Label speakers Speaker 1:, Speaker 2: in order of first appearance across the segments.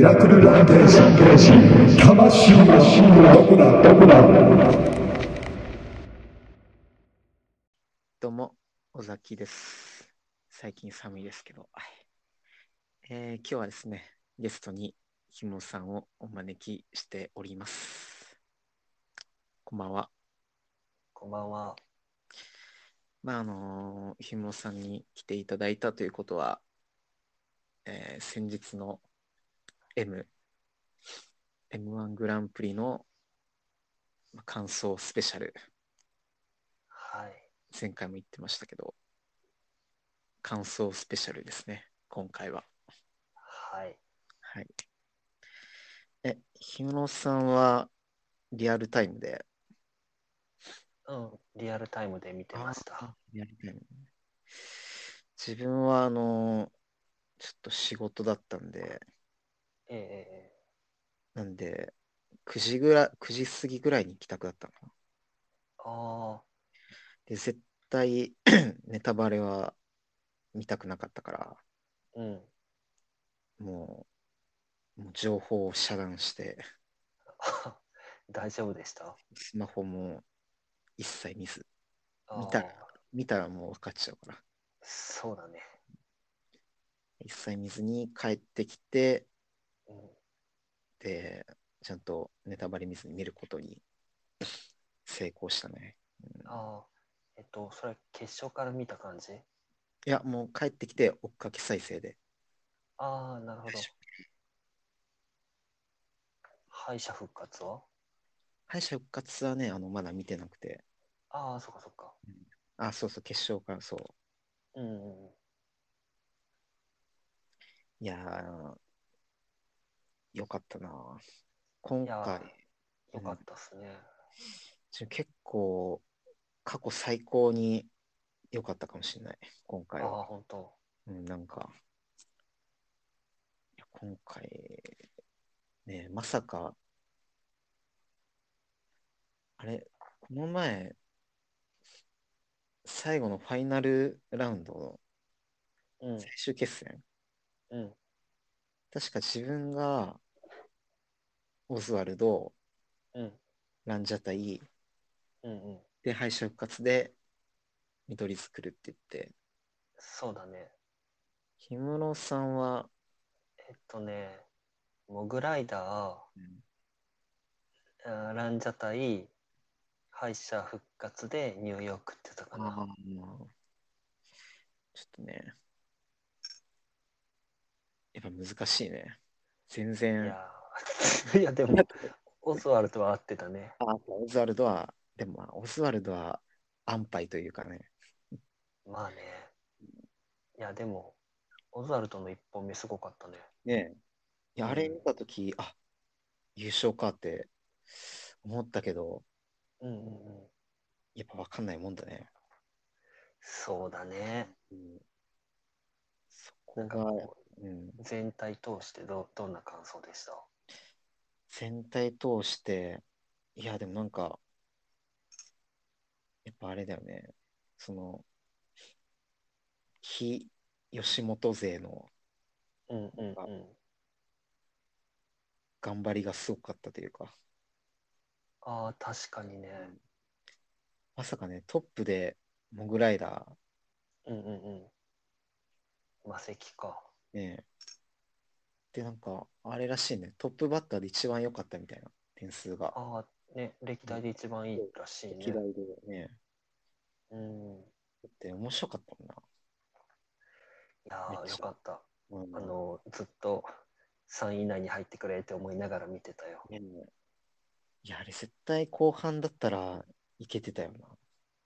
Speaker 1: ラクルランテーションーシン魂はどこだどこだ
Speaker 2: どうも、尾崎です。最近寒いですけど。えー今日はですね、ゲストにひもさんをお招きしております。こんばんは。
Speaker 3: こんばんは。
Speaker 2: まあ、あのーひもさんに来ていただいたということは、えー先日の M、M1 グランプリのまあ感想スペシャル、
Speaker 3: はい。
Speaker 2: 前回も言ってましたけど、感想スペシャルですね、今回は。
Speaker 3: はい。
Speaker 2: はい。え、日室さんはリアルタイムで。
Speaker 3: うん。リアルタイムで見てました。
Speaker 2: リアルタイム。自分は、あの、ちょっと仕事だったんで、
Speaker 3: えええ
Speaker 2: なんで、9時ぐらい、9時過ぎぐらいに帰宅だったのかな。
Speaker 3: えあ
Speaker 2: で、絶対 ネタバレは見たくなかったから、
Speaker 3: あ。うん。
Speaker 2: もう、もう情報を遮断して、
Speaker 3: 大丈夫でした
Speaker 2: スマホも一切見ず、
Speaker 3: あー
Speaker 2: 見た見たらもう分かっちゃうから。
Speaker 3: そうだね。
Speaker 2: 一切見ずに帰ってきて、
Speaker 3: うん。
Speaker 2: で、ちゃんとネタバレ見ずに見ることに 成功したね。うん
Speaker 3: ああ。えっと、それ、決勝から見た感じ
Speaker 2: いや、もう帰ってきて追っかけ再生で。
Speaker 3: ああ、なるほど。敗者復活は
Speaker 2: 敗者復活はね、あの、まだ見てなくて。
Speaker 3: ああ、そっかそっか。
Speaker 2: あ、そうそう、決勝からそう。
Speaker 3: うんうんうん。
Speaker 2: いやー、よかったな。今
Speaker 3: いや
Speaker 2: 回、
Speaker 3: よかったっすね。
Speaker 2: ちょ結構、過去最高に良かったかもしれない。今回
Speaker 3: あ
Speaker 2: は。
Speaker 3: あ、本当。
Speaker 2: うん、なんか、いや今回、ね、まさか、あれ、この前、最後のファイナルラウンド、
Speaker 3: うん
Speaker 2: 最終決戦、
Speaker 3: うん。
Speaker 2: 確か自分が、オズワルド、
Speaker 3: うん。
Speaker 2: ランジャタイ、
Speaker 3: うんうん。
Speaker 2: で、敗者復活で、緑作るって言って、
Speaker 3: そうだね。
Speaker 2: 氷室さんは、
Speaker 3: えっとね、モグライダー、あーランジャタイ敗者復活でニューヨークってたか
Speaker 2: あ
Speaker 3: な
Speaker 2: あ、ちょっとね、やっぱ難しいね。全
Speaker 3: い
Speaker 2: 然、
Speaker 3: やー いやでもオズワルドは合ってたね
Speaker 2: あオズワルドは、でもまあ、オズワルドは安牌というかね、
Speaker 3: まあねいやでもオズワルドの一本目すごかったね
Speaker 2: ねえいや
Speaker 3: うん
Speaker 2: あれ見たとき、あ優勝かって思ったけど、
Speaker 3: うんうんうん
Speaker 2: やっぱ分かんないもんだね。
Speaker 3: そうだね
Speaker 2: そ
Speaker 3: な
Speaker 2: こ
Speaker 3: んか
Speaker 2: が、
Speaker 3: こ
Speaker 2: うん、
Speaker 3: う全体通してどどんな感想でした
Speaker 2: 全体通して、いや、でもなんか、やっぱあれだよね、その、非吉本勢の
Speaker 3: うんうんうん
Speaker 2: 頑張りがすごかったというか、
Speaker 3: ああ確かにね
Speaker 2: まさかね、トップでモグライダ
Speaker 3: うんうんうん魔石か
Speaker 2: ー、ね、で、なんか、あれらしいね、トップバッターで一番良かったみたいな、点数が。
Speaker 3: ああね歴代で一番いいらしいね
Speaker 2: 歴代でね。
Speaker 3: うん
Speaker 2: だって面白かったもんな。
Speaker 3: いや
Speaker 2: めっ
Speaker 3: ー
Speaker 2: ちゃ
Speaker 3: よかった。
Speaker 2: うん
Speaker 3: あの、ずっと3位以内に入ってくれって思いながら見てたよ。
Speaker 2: ねいや、あれ絶対後半だったらいけてたよな。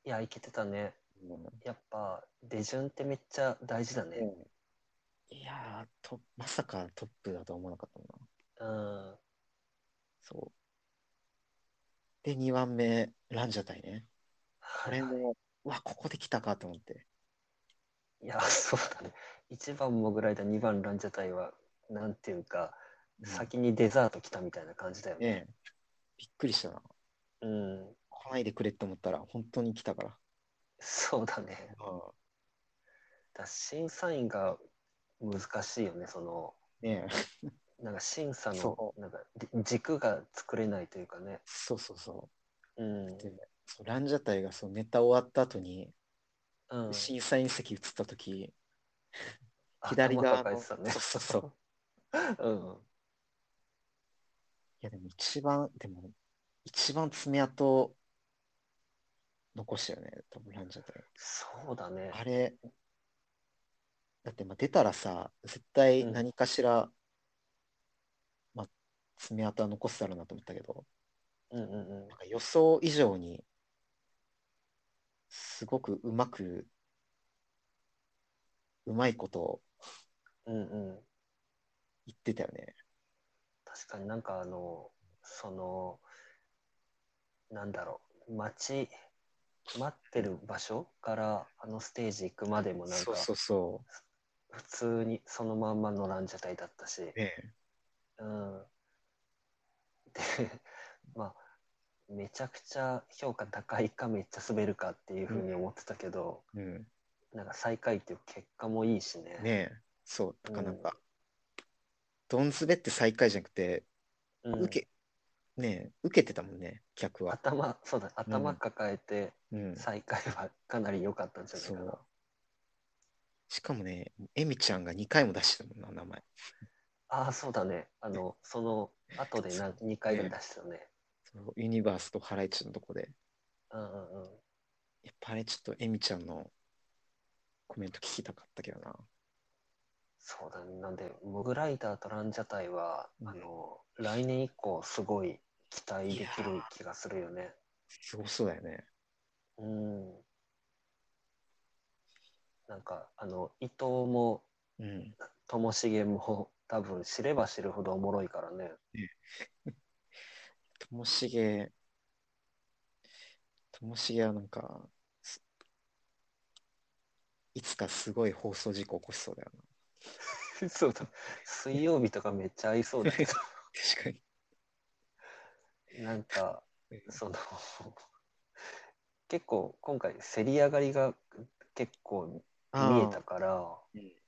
Speaker 3: いや、いけてたね。
Speaker 2: うん
Speaker 3: やっぱ、出順ってめっちゃ大事だね。
Speaker 2: いやーと、まさかトップだとは思わなかったもんな。
Speaker 3: うん。
Speaker 2: そう。で、2番目、ランジャタイね。これも、うわ、ここで来たかと思って。
Speaker 3: いや、そうだね。1番モグライダー、2番ランジャタイは、なんていうか、先にデザート来たみたいな感じだよね。
Speaker 2: ねえびっくりしたな。
Speaker 3: うん。
Speaker 2: 来ないでくれって思ったら、本当に来たから。
Speaker 3: そうだね。だ審査員が難しいよね、その、
Speaker 2: ねえ
Speaker 3: なんか審査の
Speaker 2: そ
Speaker 3: なんかり軸が作れないというかね。
Speaker 2: そうそうそう
Speaker 3: うん。
Speaker 2: でそうランジャタイがそうネタ終わった後に
Speaker 3: うん、
Speaker 2: 審査員席移った時、左側
Speaker 3: 頭抱
Speaker 2: の
Speaker 3: えてたね
Speaker 2: そう。そうそう
Speaker 3: うん。
Speaker 2: いやでも一番でも一番爪痕残したよね多分ランジャタイ
Speaker 3: そうだね。
Speaker 2: あれ、だってまあ出たらさ、絶対
Speaker 3: うん
Speaker 2: 何かしら、まあ、爪痕は残すだろうなと思ったけど、
Speaker 3: うんうんうん
Speaker 2: なん。か予想以上に、すごくうまく、うまいこと
Speaker 3: うんうん。
Speaker 2: 言ってたよね。
Speaker 3: 確かになんかあの、その、なんだろう、待ち、待ってる場所からあのステージ行くまでもなんか、
Speaker 2: うそ
Speaker 3: 普通にそのまんまのランジャタイだったし、
Speaker 2: う。ね
Speaker 3: うん。で、まあ、めちゃくちゃ評価高いかめっちゃ滑るかっていうふうに思ってたけど、
Speaker 2: え、うん、
Speaker 3: なんか最下位っていう結果もいいしね。
Speaker 2: ねえ、そう、だからなん
Speaker 3: う
Speaker 2: か、どんずべって最下位じゃなくて、
Speaker 3: うん、
Speaker 2: 受け、ねえ、受けてたもんね、客は。
Speaker 3: 頭、そうだ、頭抱えて
Speaker 2: うん。
Speaker 3: 最下位はかなり良かったんじゃないかな。
Speaker 2: そうしかもね、エミちゃんが2回も出してたもんな、名前。
Speaker 3: ああ、そうだね。あの、その後で
Speaker 2: そう
Speaker 3: 何2回ぐらい出したよね。
Speaker 2: そうユニバースとハライチのとこで。
Speaker 3: うんうんうん。
Speaker 2: やっぱりちょっとエミちゃんのコメント聞きたかったけどな。
Speaker 3: そうだね。なんで、モグライダーとランジャタイは、
Speaker 2: うん
Speaker 3: あの、来年以降、すごい期待できる気がするよね。
Speaker 2: すごそうだよね。
Speaker 3: うん。なんか、あの、伊藤も、
Speaker 2: うん。
Speaker 3: ともしげも、多分知れば知るほどおもろいから ね。
Speaker 2: ともしげ、ともしげはなんか、すいつかすごい放送事故起こしそうだよな。
Speaker 3: そうだ。水曜日とかめっちゃ合いそうだけ ど。
Speaker 2: 確かに。
Speaker 3: なんか
Speaker 2: うん、
Speaker 3: その、結構今回、競り上がりが結構見えたから
Speaker 2: うん、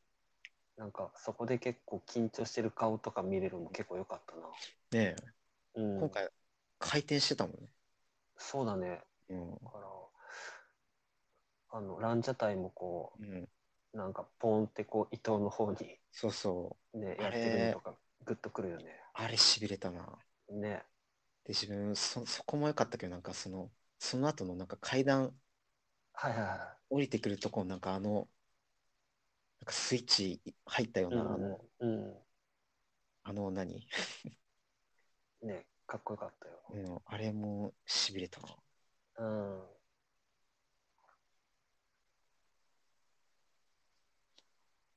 Speaker 3: なんかそこで結構緊張してる顔とか見れるのも結構良かったな。
Speaker 2: ねえ、
Speaker 3: うん、
Speaker 2: 今回、回転してたもんね。
Speaker 3: そうだね。
Speaker 2: うん。
Speaker 3: だから、あの、ランジャタイもこ
Speaker 2: うん。
Speaker 3: う、なんかポンってこう、伊藤の方に
Speaker 2: そうそう。
Speaker 3: ね、
Speaker 2: あ
Speaker 3: やっ
Speaker 2: れ
Speaker 3: てるのとか、グッとくるよね。
Speaker 2: あれ、しびれたな。
Speaker 3: ね。
Speaker 2: で、自分、そ、そこも良かったけど、なんかその、その後のなんか階段
Speaker 3: はいはいはい。
Speaker 2: 降りてくるとこ、なんかあの、なんかスイッチ入ったよう
Speaker 3: う
Speaker 2: な、
Speaker 3: ん
Speaker 2: あ
Speaker 3: うん
Speaker 2: の、
Speaker 3: うん。
Speaker 2: あの何、
Speaker 3: うん。ね、かっこよかったよ。
Speaker 2: うん、あれもしびれたな。
Speaker 3: うん。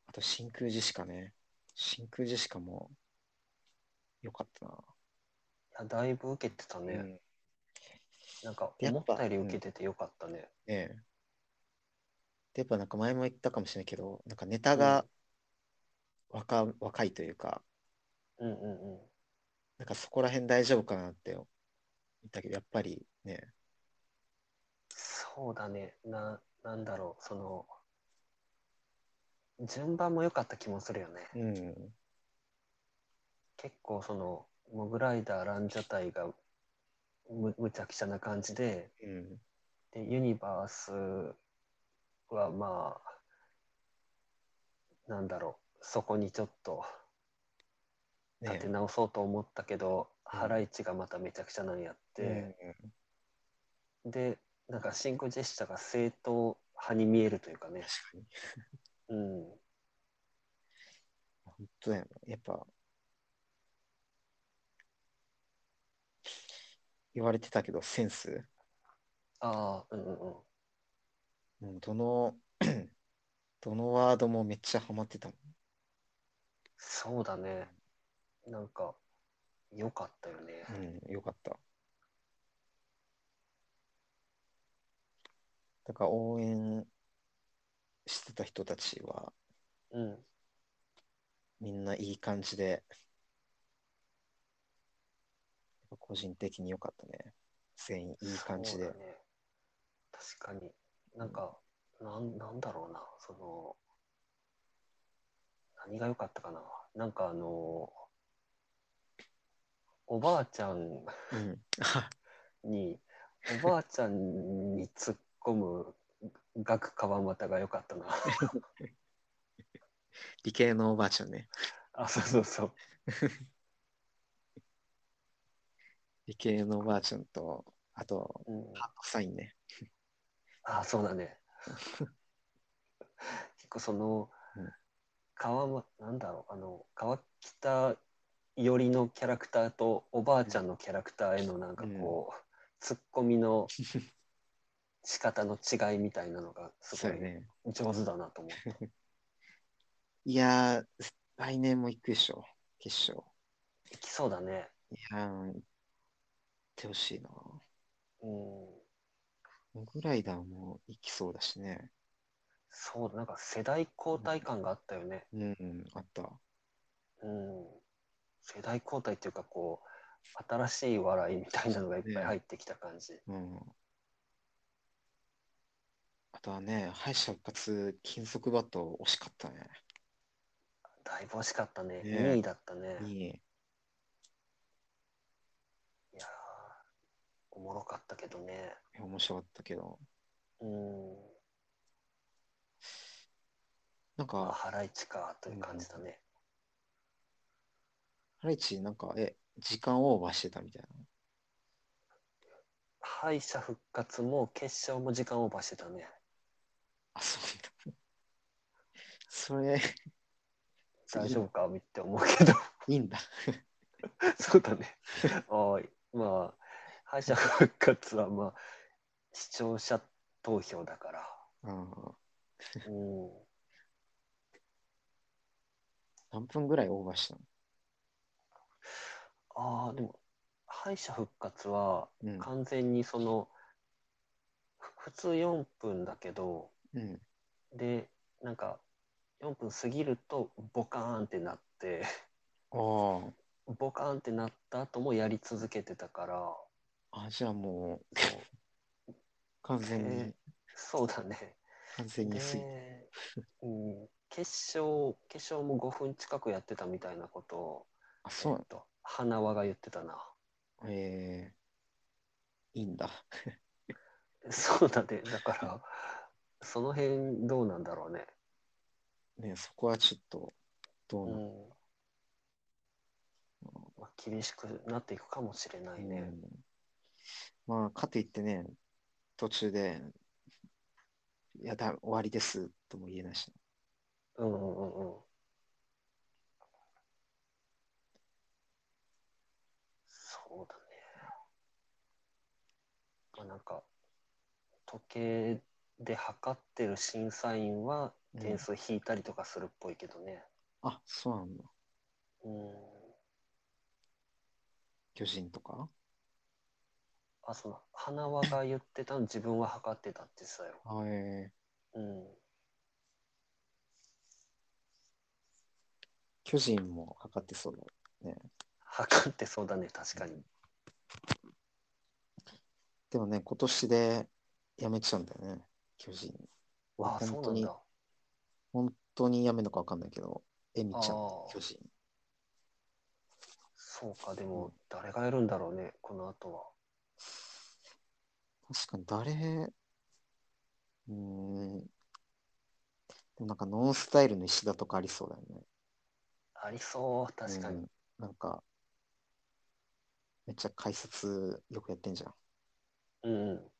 Speaker 2: あと真空ジェシカね。真空ジェシカも良かったな。
Speaker 3: いやだいぶ受けてたね。
Speaker 2: うん、ね
Speaker 3: なんか
Speaker 2: やっぱ
Speaker 3: 思ったより受けててよかったね。
Speaker 2: えで、やっぱなんか前も言ったかもしれないけど、なんかネタが若,、若いというか、
Speaker 3: うんうんうん。
Speaker 2: なんかそこら辺大丈夫かなって思ったけど、やっぱりね、
Speaker 3: そうだね。な、なんだろう、その、順番も良かった気もするよね。
Speaker 2: うん、
Speaker 3: 結構その、モグライダー、ランジャタイがむむちゃくちゃな感じで、
Speaker 2: うん、
Speaker 3: で、ユニバースはまあ、なんだろう、そこにちょっと立
Speaker 2: ね
Speaker 3: て直そうと思ったけど、
Speaker 2: うん
Speaker 3: ハライチがまためちゃくちゃなんやって、でなんか真空ジェシカが正統派に見えるというか
Speaker 2: うん、
Speaker 3: ね
Speaker 2: 確、かに。
Speaker 3: うん、
Speaker 2: 本当だよね。やっぱ、言われてたけど、センス、
Speaker 3: ああうんうんうん
Speaker 2: もうどの、 どのワードもめっちゃハマってたもん。
Speaker 3: そうだねなんか良かったよね、
Speaker 2: うん、よかった。だから応援してた人たちは、
Speaker 3: うん、
Speaker 2: みんないい感じで、やっぱ個人的に良かったね。全員いい感じで
Speaker 3: そう。だね確かになんか、なんなんだろうなその何が良かったかななんかあのおばあちゃん
Speaker 2: うん。あ
Speaker 3: に、おばあちゃんに突っ込む学川又が良かったな。
Speaker 2: 理系のおばあちゃんね。
Speaker 3: あ、そうそうそう。
Speaker 2: 理系のおばあちゃんと、あと、
Speaker 3: うん、
Speaker 2: ハックサインね。
Speaker 3: あ、そう だね。結構その
Speaker 2: うん、
Speaker 3: 川ま、なんだろう、あの、川北寄りのキャラクターとおばあちゃんのキャラクターへのなんかこう、ツッコ ミの仕方の違いみたいなのがす
Speaker 2: そう
Speaker 3: ご
Speaker 2: よ
Speaker 3: い
Speaker 2: ね。
Speaker 3: 上手だなと 思って。
Speaker 2: いやー、来年も行くでしょ。決勝。
Speaker 3: いきそうだね。
Speaker 2: いやー、行ってほしいな。
Speaker 3: うん。
Speaker 2: モグライダーも行きそうだしね。
Speaker 3: そう、なんか世代交代感があったよね。
Speaker 2: うん、うん、あった。
Speaker 3: うん、世代交代っていうかこう新しい笑いみたいなのがいっぱい入ってきた感じ、
Speaker 2: うん。あとはね、敗者復活、金属バット惜しかったね。
Speaker 3: だいぶ惜しかったね
Speaker 2: ね
Speaker 3: 2位だったねい
Speaker 2: に
Speaker 3: やーおもろかったけどね
Speaker 2: 面白かったけど。
Speaker 3: うん
Speaker 2: なん
Speaker 3: まあ
Speaker 2: か、
Speaker 3: ハライチかという感じだね、
Speaker 2: ハライチ、なんか、え、時間オーバーしてたみたいな。
Speaker 3: 敗者復活も決勝も時間オーバーしてたね
Speaker 2: あ、そうなんだ。それ、
Speaker 3: 大丈夫かって思う けど
Speaker 2: いいんだ。
Speaker 3: そうだねおいまあ敗者復活はまあ視聴者投票だか
Speaker 2: う
Speaker 3: ら
Speaker 2: ん。
Speaker 3: うん
Speaker 2: 何分ぐらいオーバーしたの
Speaker 3: ああ、でも、敗者復活は
Speaker 2: うん。
Speaker 3: 完全にその、ふ普通4分だけど、
Speaker 2: うん。
Speaker 3: で、なんか、4分過ぎると、ボカーンってなって、
Speaker 2: あ
Speaker 3: ボカーンってなった後もやり続けてたから、
Speaker 2: あ。あ、じゃあもう、
Speaker 3: そう
Speaker 2: 完全に、
Speaker 3: えーそうだね。
Speaker 2: 完全に過ぎ
Speaker 3: で、うん、決勝、決勝も5分近くやってたみたいなことを、
Speaker 2: あ、そうな
Speaker 3: えっと、花輪が言ってたな。
Speaker 2: のえー、いいんだ。
Speaker 3: そうだね。だから、その辺どうなんだろうね。
Speaker 2: ね、そこはちょっと、どう
Speaker 3: う
Speaker 2: なの
Speaker 3: んまあ、厳しくなっていくかもしれないね。
Speaker 2: うんまあ、かといってね、途中で、いやだ、終わりですとも言えないし、
Speaker 3: うんうんうんうん。そうだね。まあ、なんか、時計で測ってる審査員は
Speaker 2: うん
Speaker 3: 点数引いたりとかするっぽいけどね。
Speaker 2: あ、そうなんだ。
Speaker 3: うん。
Speaker 2: 巨人とか
Speaker 3: あ、その、花輪が言ってたの自分は測ってたってさよ。
Speaker 2: はい、え
Speaker 3: うん。
Speaker 2: ー巨人も測ってそうだ。
Speaker 3: 測ってそうだね、確かに。
Speaker 2: でもね、今年でやめちゃうんだよね、巨人。
Speaker 3: あ、そ
Speaker 2: 本
Speaker 3: うな
Speaker 2: 当
Speaker 3: ん
Speaker 2: に
Speaker 3: だ。、
Speaker 2: 本当にやめるのかわかんないけど、エミちゃん
Speaker 3: あ、ー
Speaker 2: 巨人。
Speaker 3: そうか、でも誰がやるんだろうね、この後は。
Speaker 2: 確かに誰、うーん、でもなんかノンスタイルの石田とかありそうだよね。
Speaker 3: ありそう、確か
Speaker 2: う
Speaker 3: に
Speaker 2: ん。なんか、めっちゃ解説よくやってんじゃん。
Speaker 3: うん。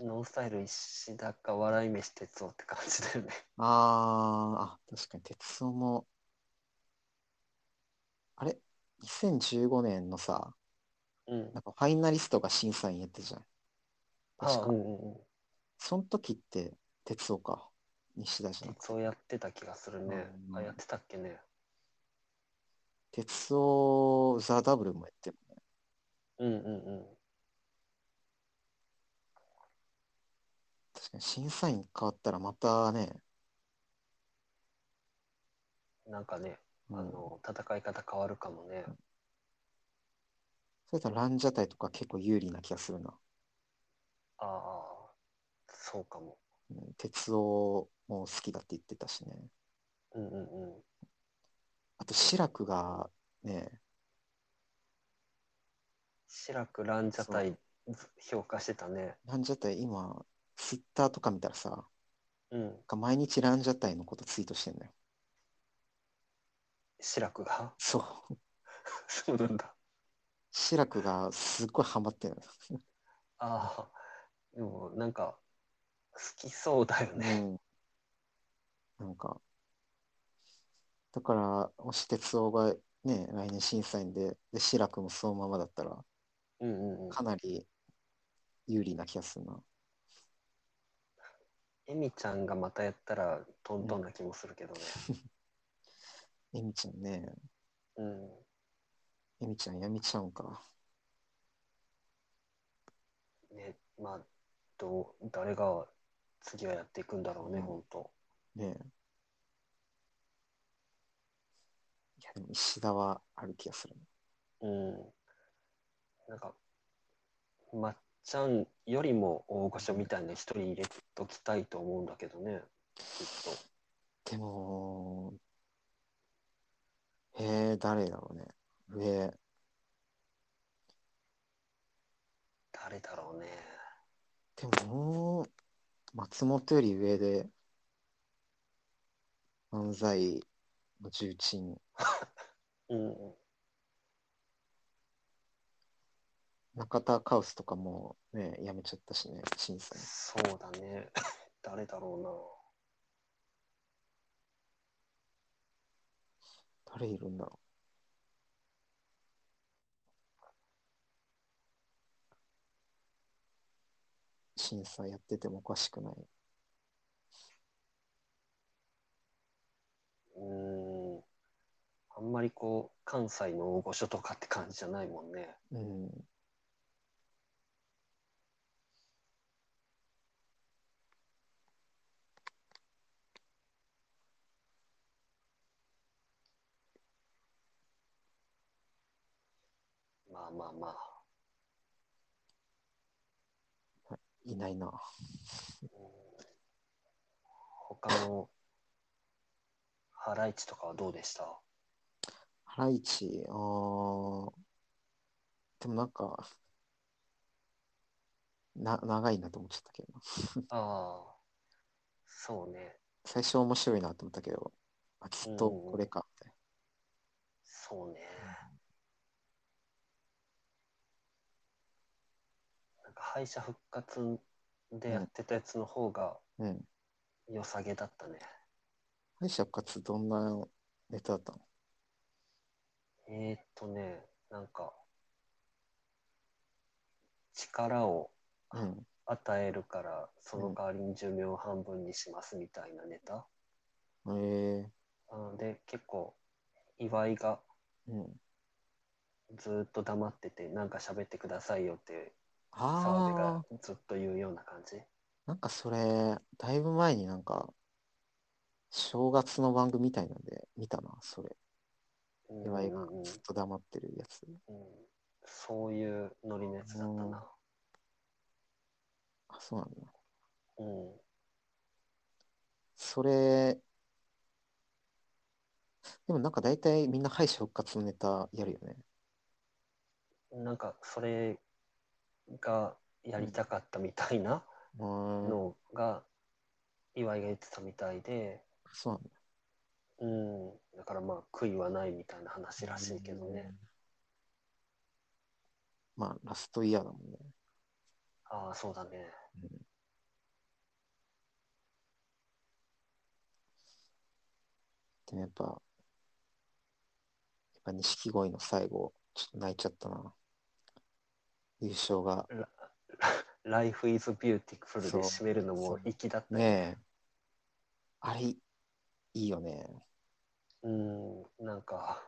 Speaker 3: ノンスタイル石田か笑い飯哲夫って感じだよね。
Speaker 2: あー、あ、確かに、鉄道も、あれ ?2015 年のさ、
Speaker 3: うん
Speaker 2: なん。かファイナリストが審査員やってたじゃん。
Speaker 3: あ
Speaker 2: 確か
Speaker 3: うんうんうん。
Speaker 2: その時って、鉄道か。西田じゃん。
Speaker 3: 哲夫やってた気がするね。
Speaker 2: うん
Speaker 3: あ、やってたっけね。
Speaker 2: 鉄道、ザ・ダブルもやってるね。
Speaker 3: うんうんうん。
Speaker 2: 確かに審査員変わったらまたね、
Speaker 3: なんかね、
Speaker 2: うん
Speaker 3: あの、戦い方変わるかもね。
Speaker 2: それとランジャタイとか結構有利な気がするな。
Speaker 3: ああ、そうかも。
Speaker 2: うん鉄道も好きだって言ってたしね。
Speaker 3: うんうんうん。
Speaker 2: あと、志らくがね、
Speaker 3: 志らくランジャタイ評価してたね。
Speaker 2: ランジャタイ今、ツイッターとか見たらさ、なん
Speaker 3: うん。
Speaker 2: か毎日ランジャタイのことツイートしてんだよ。
Speaker 3: 志ら くが
Speaker 2: そう。
Speaker 3: そうなんだ。
Speaker 2: 志らくがすっごいハマって るの。
Speaker 3: ああ。でもなんか、好きそうだよね。
Speaker 2: うん、なんか、だから、もし哲夫がね、来年審査員で、で、志らくもそのままだったら、
Speaker 3: うんうんうん。
Speaker 2: かなり有利な気がするな。
Speaker 3: えみちゃんがまたやったらトントンな気もするけどね。
Speaker 2: えみちゃんね、
Speaker 3: うん。
Speaker 2: えみちゃんやみちゃうんか。
Speaker 3: ね、まあ、どう、誰が次はやっていくんだろうね、
Speaker 2: うん
Speaker 3: 本当。
Speaker 2: ねえ。いや、でも石田はある気がするね。
Speaker 3: うん。なんか、まっちゃんよりも大御所みたいな一人入れときたいと思うんだけどね、ずっと。
Speaker 2: でも、へえ、誰だろうね。上、
Speaker 3: 誰だろうね。
Speaker 2: でももう、松本より上で、漫才の重鎮、
Speaker 3: うんうん。
Speaker 2: 中田カウスとかもうね、やめちゃったしね、審査員。
Speaker 3: そうだね。 誰だろ
Speaker 2: 誰いるんだろう。審査やっててもおかしくない。
Speaker 3: うな。うん。あんまりこう、関西の大御所とかって感じじゃないもんね。
Speaker 2: うん。
Speaker 3: まあまあまあ。
Speaker 2: いないな。
Speaker 3: 他のハライチとかはどうでした
Speaker 2: ハライチ、あーでもなんか、な、長いなと思っちゃったけどな。
Speaker 3: ああ、そうね、
Speaker 2: 最初面白いなと思ったけど、あ、きっとこれか、みたいな。
Speaker 3: そうね。なんか敗者復活でやってたやつの方が
Speaker 2: うん。
Speaker 3: 良さげだったね。
Speaker 2: 敗者復活どんなネタだったの
Speaker 3: えー、っとね、なんか、力を
Speaker 2: うん。
Speaker 3: 与えるから、その代わりに寿命を半分にしますみたいなネタ。
Speaker 2: え
Speaker 3: うん、で結構岩井が
Speaker 2: ー、うん。
Speaker 3: ずーっと黙っててなんか喋ってくださいよって澤部
Speaker 2: あ
Speaker 3: がずっと言うような感じ
Speaker 2: ー、なんかそれ、だいぶ前になんか、正月の番組みたいなんで、見たな、それ。
Speaker 3: うん
Speaker 2: 岩井が
Speaker 3: うんうん
Speaker 2: ずっと黙ってるやつ。
Speaker 3: うんそういうノリのやつだったな、
Speaker 2: あ、そうなんだ。
Speaker 3: うん
Speaker 2: それ、でもなんか大体みんな敗者復活のネタやるよね。
Speaker 3: なんかそれがやりたかったみたいな
Speaker 2: うーん、
Speaker 3: のが岩井が言ってたみたいで、
Speaker 2: そうなんだ。
Speaker 3: うん、だからまあ悔いはないみたいな話らしいけどね、
Speaker 2: まあ、ラストイヤーだもんね。
Speaker 3: ああそうだね
Speaker 2: でもやっぱ、やっぱ錦鯉の最後、ちょっと泣いちゃったな。優勝が。
Speaker 3: ラ「ライフイズビューティフル
Speaker 2: そう
Speaker 3: で締めるのも粋だったよ
Speaker 2: ねえ。あれ、いいよね。
Speaker 3: うん、なんか、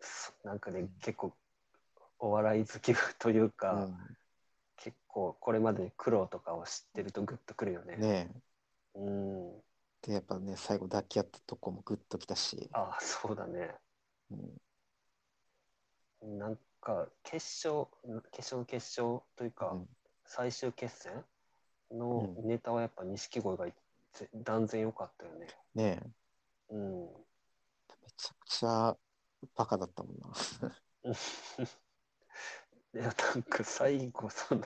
Speaker 3: そなんかね、結構、お笑い好きという
Speaker 2: う
Speaker 3: か、
Speaker 2: ん、
Speaker 3: 結構、これまで苦労とかを知ってるとグッとくるよね。
Speaker 2: ね
Speaker 3: うん、
Speaker 2: え。で、やっぱね、最後抱き合ったとこもグッときたし。
Speaker 3: ああ、そうだね。
Speaker 2: うん、
Speaker 3: なんか、決勝、決勝の決勝というか、
Speaker 2: うん
Speaker 3: 最終決戦の
Speaker 2: う
Speaker 3: ネタはやっぱ錦鯉がぜ断然良かったよね。
Speaker 2: ねえ。
Speaker 3: うん、
Speaker 2: めちゃくちゃバカだったもんな。
Speaker 3: いやなんか最後その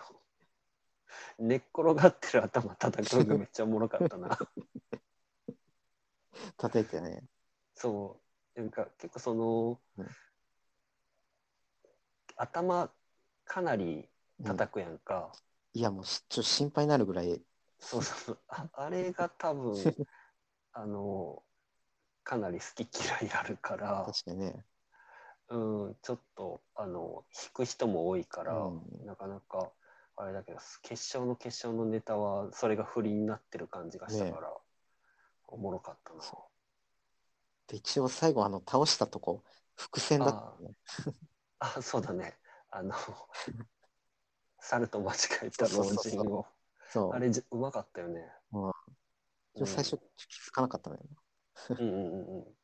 Speaker 3: 寝っ転がってる頭叩くのがめっちゃおもろかったな
Speaker 2: 叩いてね。
Speaker 3: そうなんか結構その、
Speaker 2: うん
Speaker 3: 頭かなり
Speaker 2: うん
Speaker 3: 叩くやんか、
Speaker 2: いや、もうしちょっと心配になるぐらい、
Speaker 3: そうそうそうああれが多分 あのかなり好き嫌いあるから
Speaker 2: 確、かにね。
Speaker 3: うん、ちょっとあの弾く人も多いから、
Speaker 2: うん
Speaker 3: なかなかあれだけど決勝の決勝のネタはそれが振りになってる感じがしたから、おもろかったな
Speaker 2: そで、一応最後、あの、倒したとこ、伏線だったね。
Speaker 3: あそうだねあの猿と間違えた
Speaker 2: そう
Speaker 3: 老
Speaker 2: そうそうそ
Speaker 3: 人
Speaker 2: う
Speaker 3: を
Speaker 2: そう。
Speaker 3: あれじうまかったよね、
Speaker 2: うん
Speaker 3: うん
Speaker 2: 最初、気づかなかったのよ。
Speaker 3: うんうんうんうん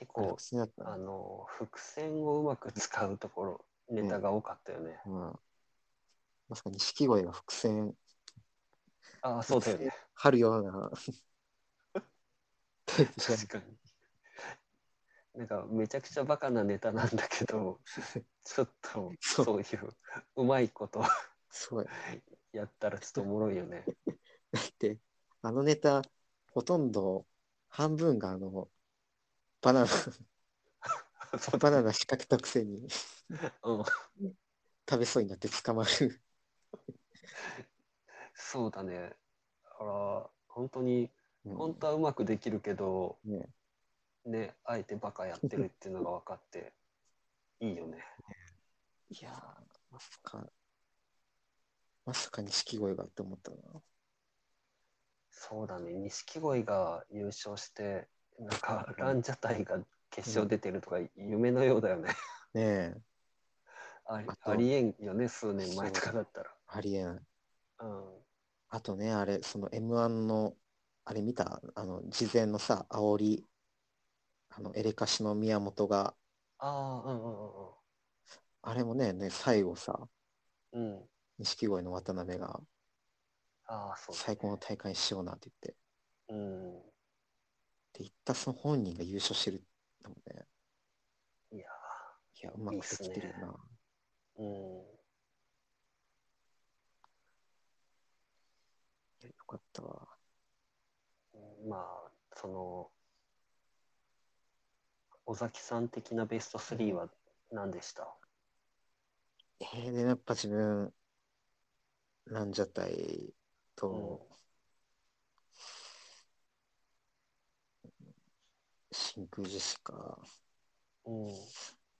Speaker 3: 結
Speaker 2: あれ
Speaker 3: 構
Speaker 2: 伏線だった
Speaker 3: あ
Speaker 2: ね。
Speaker 3: の伏線をうまく使うところネタが多かったよね、
Speaker 2: うん。まさか錦鯉が伏線
Speaker 3: ああそうだよね
Speaker 2: 張るような。テープじゃん
Speaker 3: 確かに。なんかめちゃくちゃバカなネタなんだ けど、ちょっと
Speaker 2: そう
Speaker 3: そういううまいこと
Speaker 2: すごい。
Speaker 3: やったらちょっとおもろいよね。
Speaker 2: だって、あのネタ、ほとんど半分があの、バナナ、
Speaker 3: そう
Speaker 2: バナナ仕掛けたくせに
Speaker 3: うん
Speaker 2: 食べそうになって捕まる。
Speaker 3: そうだね。あら、本当に、
Speaker 2: うん
Speaker 3: 本当はうまくできるけど、
Speaker 2: ね
Speaker 3: ね、あえてバカやってるっていうのが分かって、いいよね。
Speaker 2: いやー、まさか、まさか錦鯉がって思ったな。
Speaker 3: そうだね、錦鯉が優勝して、なんかランジャタイが決勝出てるとか、夢のようだよね。
Speaker 2: ねえ、
Speaker 3: あり
Speaker 2: あと
Speaker 3: ありえんよね、数年前とかだったら。
Speaker 2: ありえない。
Speaker 3: うん、
Speaker 2: あとね、あれ、その M1 の、あれ見たあの、事前のさ、煽り、あの、エレカシの宮本が、
Speaker 3: ああ、うんう
Speaker 2: あれもね、ね最後さ、
Speaker 3: んうんうん。うん、
Speaker 2: 錦鯉の渡辺が
Speaker 3: ああ、そうだね
Speaker 2: 最高の大会にしようなって言って、で、言ったその本人が優勝してるんだもんね。
Speaker 3: うん。いや
Speaker 2: いや、うまくできてるよな。
Speaker 3: ー、うん。
Speaker 2: いやよかったわ。
Speaker 3: まあ、その、尾崎さん的なベスト3は何でした
Speaker 2: えー、で、やっぱ自分、ランジャタイと、真空ジェシカ。
Speaker 3: うん。うん、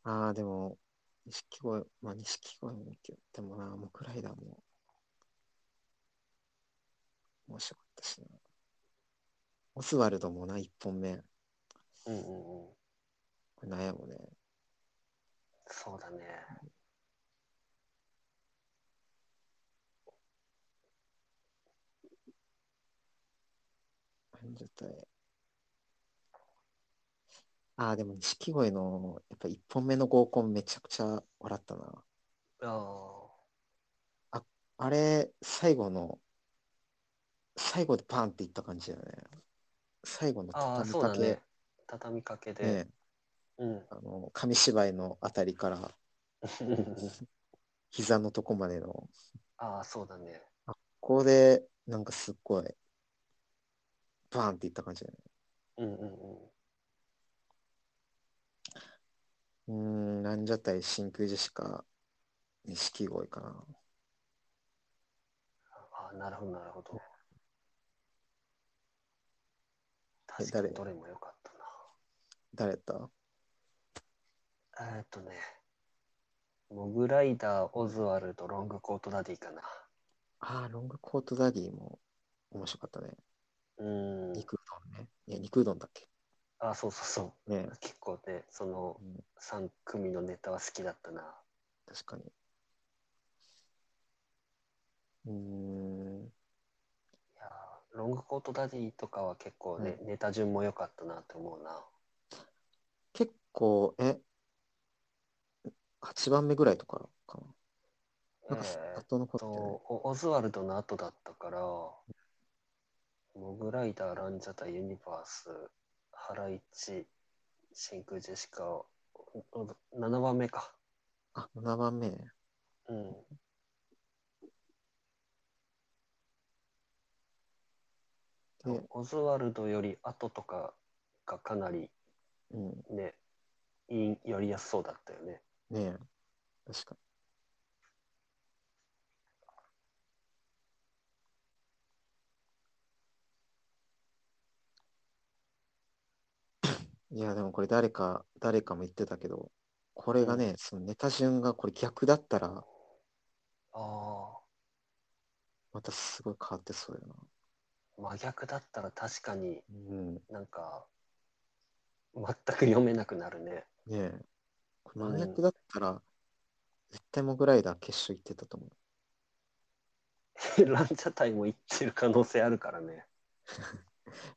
Speaker 2: ああ、でも、錦鯉、まあ、錦鯉もいいけど、でもな、もうくらいだ、もう。面白かったしな。オスワルドもな、一本目。
Speaker 3: うん、うんうん。
Speaker 2: これ悩むね。
Speaker 3: そうだね。
Speaker 2: 絶対。ああ、でも、錦鯉の、やっぱ一本目の合コンめちゃくちゃ笑ったな。
Speaker 3: ああ、
Speaker 2: あれ、最後の、最後でパンっていった感じだよね。最後の
Speaker 3: ああ、
Speaker 2: 畳み
Speaker 3: そう
Speaker 2: か
Speaker 3: だ
Speaker 2: け、
Speaker 3: ね。畳みかけで。
Speaker 2: ね
Speaker 3: うん。
Speaker 2: あの、紙芝居のあたりから、膝のとこまでの、こ
Speaker 3: ああ、そうだね。
Speaker 2: こで、なんかすっごい、バーンっていった感じだね。
Speaker 3: うんうんうん。
Speaker 2: うーん、ランジャタイ、真空ジェシカ、錦鯉かな。
Speaker 3: ああ、なるほど、なるほど。
Speaker 2: え
Speaker 3: 確か
Speaker 2: 誰
Speaker 3: にどれも良かったな。
Speaker 2: 誰だった
Speaker 3: えーっとね、モグライダー、オズワルド、ロングコートダディかな。
Speaker 2: ああ、ロングコートダディも面白かったね。
Speaker 3: うーん。
Speaker 2: 肉うどんね。いや、肉うどんだっけ
Speaker 3: あ、そうそうそ
Speaker 2: ね
Speaker 3: う。結構ね、その
Speaker 2: うん
Speaker 3: 3組のネタは好きだったな。
Speaker 2: 確かに。うーん、
Speaker 3: いやーロングコートダディとかは結構ね、ネタ順も良かったなって思うな。
Speaker 2: 結構、え、8番目ぐらいとかかな。なんか、
Speaker 3: えーっ
Speaker 2: 後の こと
Speaker 3: と、
Speaker 2: だよね
Speaker 3: おオズワルドの後だったから、モグライダー、ランジャタイ、ユニバース、ハライチ、真空ジェシカ、7番目か。
Speaker 2: あ、7番目ね。
Speaker 3: うん。
Speaker 2: で、
Speaker 3: オズワルドより後とかがかなり
Speaker 2: うん、
Speaker 3: ね、いいやりやすそうだったよね。
Speaker 2: ねえ、確かに。いや、でもこれ誰か、誰かも言ってたけど、これがね、そのネタ順がこれ逆だったら、
Speaker 3: あ
Speaker 2: またすごい変わってそうよな。
Speaker 3: あ、真逆だったら確かに
Speaker 2: うん。ね
Speaker 3: なんか、全く読めなくなるね。
Speaker 2: え。これ
Speaker 3: うん
Speaker 2: 真逆だったら、絶対モグライダー決勝行ってたと思う。
Speaker 3: ランジャタイも言ってる可能性あるからね。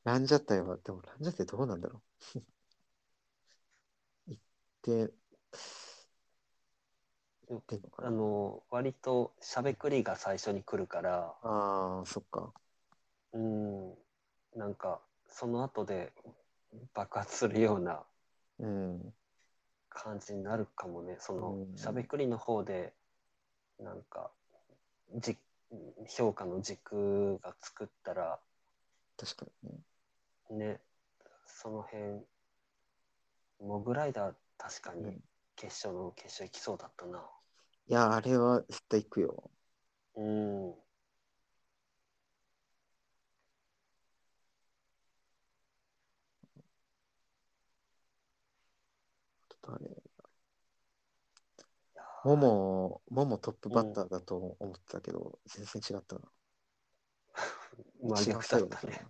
Speaker 2: ランジャタイは、でもランジャタイどうなん だろう。行って、行ってんのかな。
Speaker 3: あの、割としゃべくりが最初に来るから、
Speaker 2: ああ、そっか。
Speaker 3: うん、なんか、その後で爆発するような
Speaker 2: うん。
Speaker 3: 感じになるかもね。その
Speaker 2: う、ん
Speaker 3: しゃべくりの方で、なんか、じ評価の軸が作ったら、
Speaker 2: 確かにね。
Speaker 3: ね、その辺、モグライダー確か
Speaker 2: う
Speaker 3: に
Speaker 2: ん
Speaker 3: 決勝の決勝行きそうだったな。
Speaker 2: いや、あれは絶対行くよ。
Speaker 3: うん。
Speaker 2: ちょっとあれ。
Speaker 3: いやー
Speaker 2: もも、ももトップバッターだと思ってたけど、全然違ったな。
Speaker 3: 真
Speaker 2: 一番
Speaker 3: 逆だ
Speaker 2: 最後
Speaker 3: っ
Speaker 2: だったたな
Speaker 3: ね。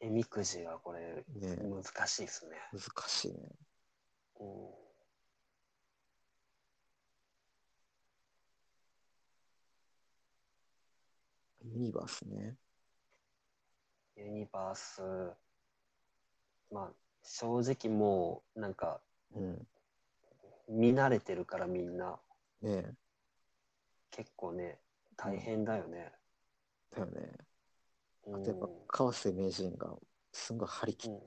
Speaker 3: うん。えみくじはこれ、
Speaker 2: ねえ
Speaker 3: 難しいですね。
Speaker 2: 難しいね。
Speaker 3: うん。
Speaker 2: ユニバースね。
Speaker 3: ユニバース、まあ、正直もう、なんか、
Speaker 2: うん。
Speaker 3: 見慣れてるからみんな、
Speaker 2: ねえ
Speaker 3: 結構ね、大変だよね。
Speaker 2: だよね。
Speaker 3: う
Speaker 2: あ
Speaker 3: ん。
Speaker 2: とやっぱ、川瀬名人が、すんごい張り切ったな。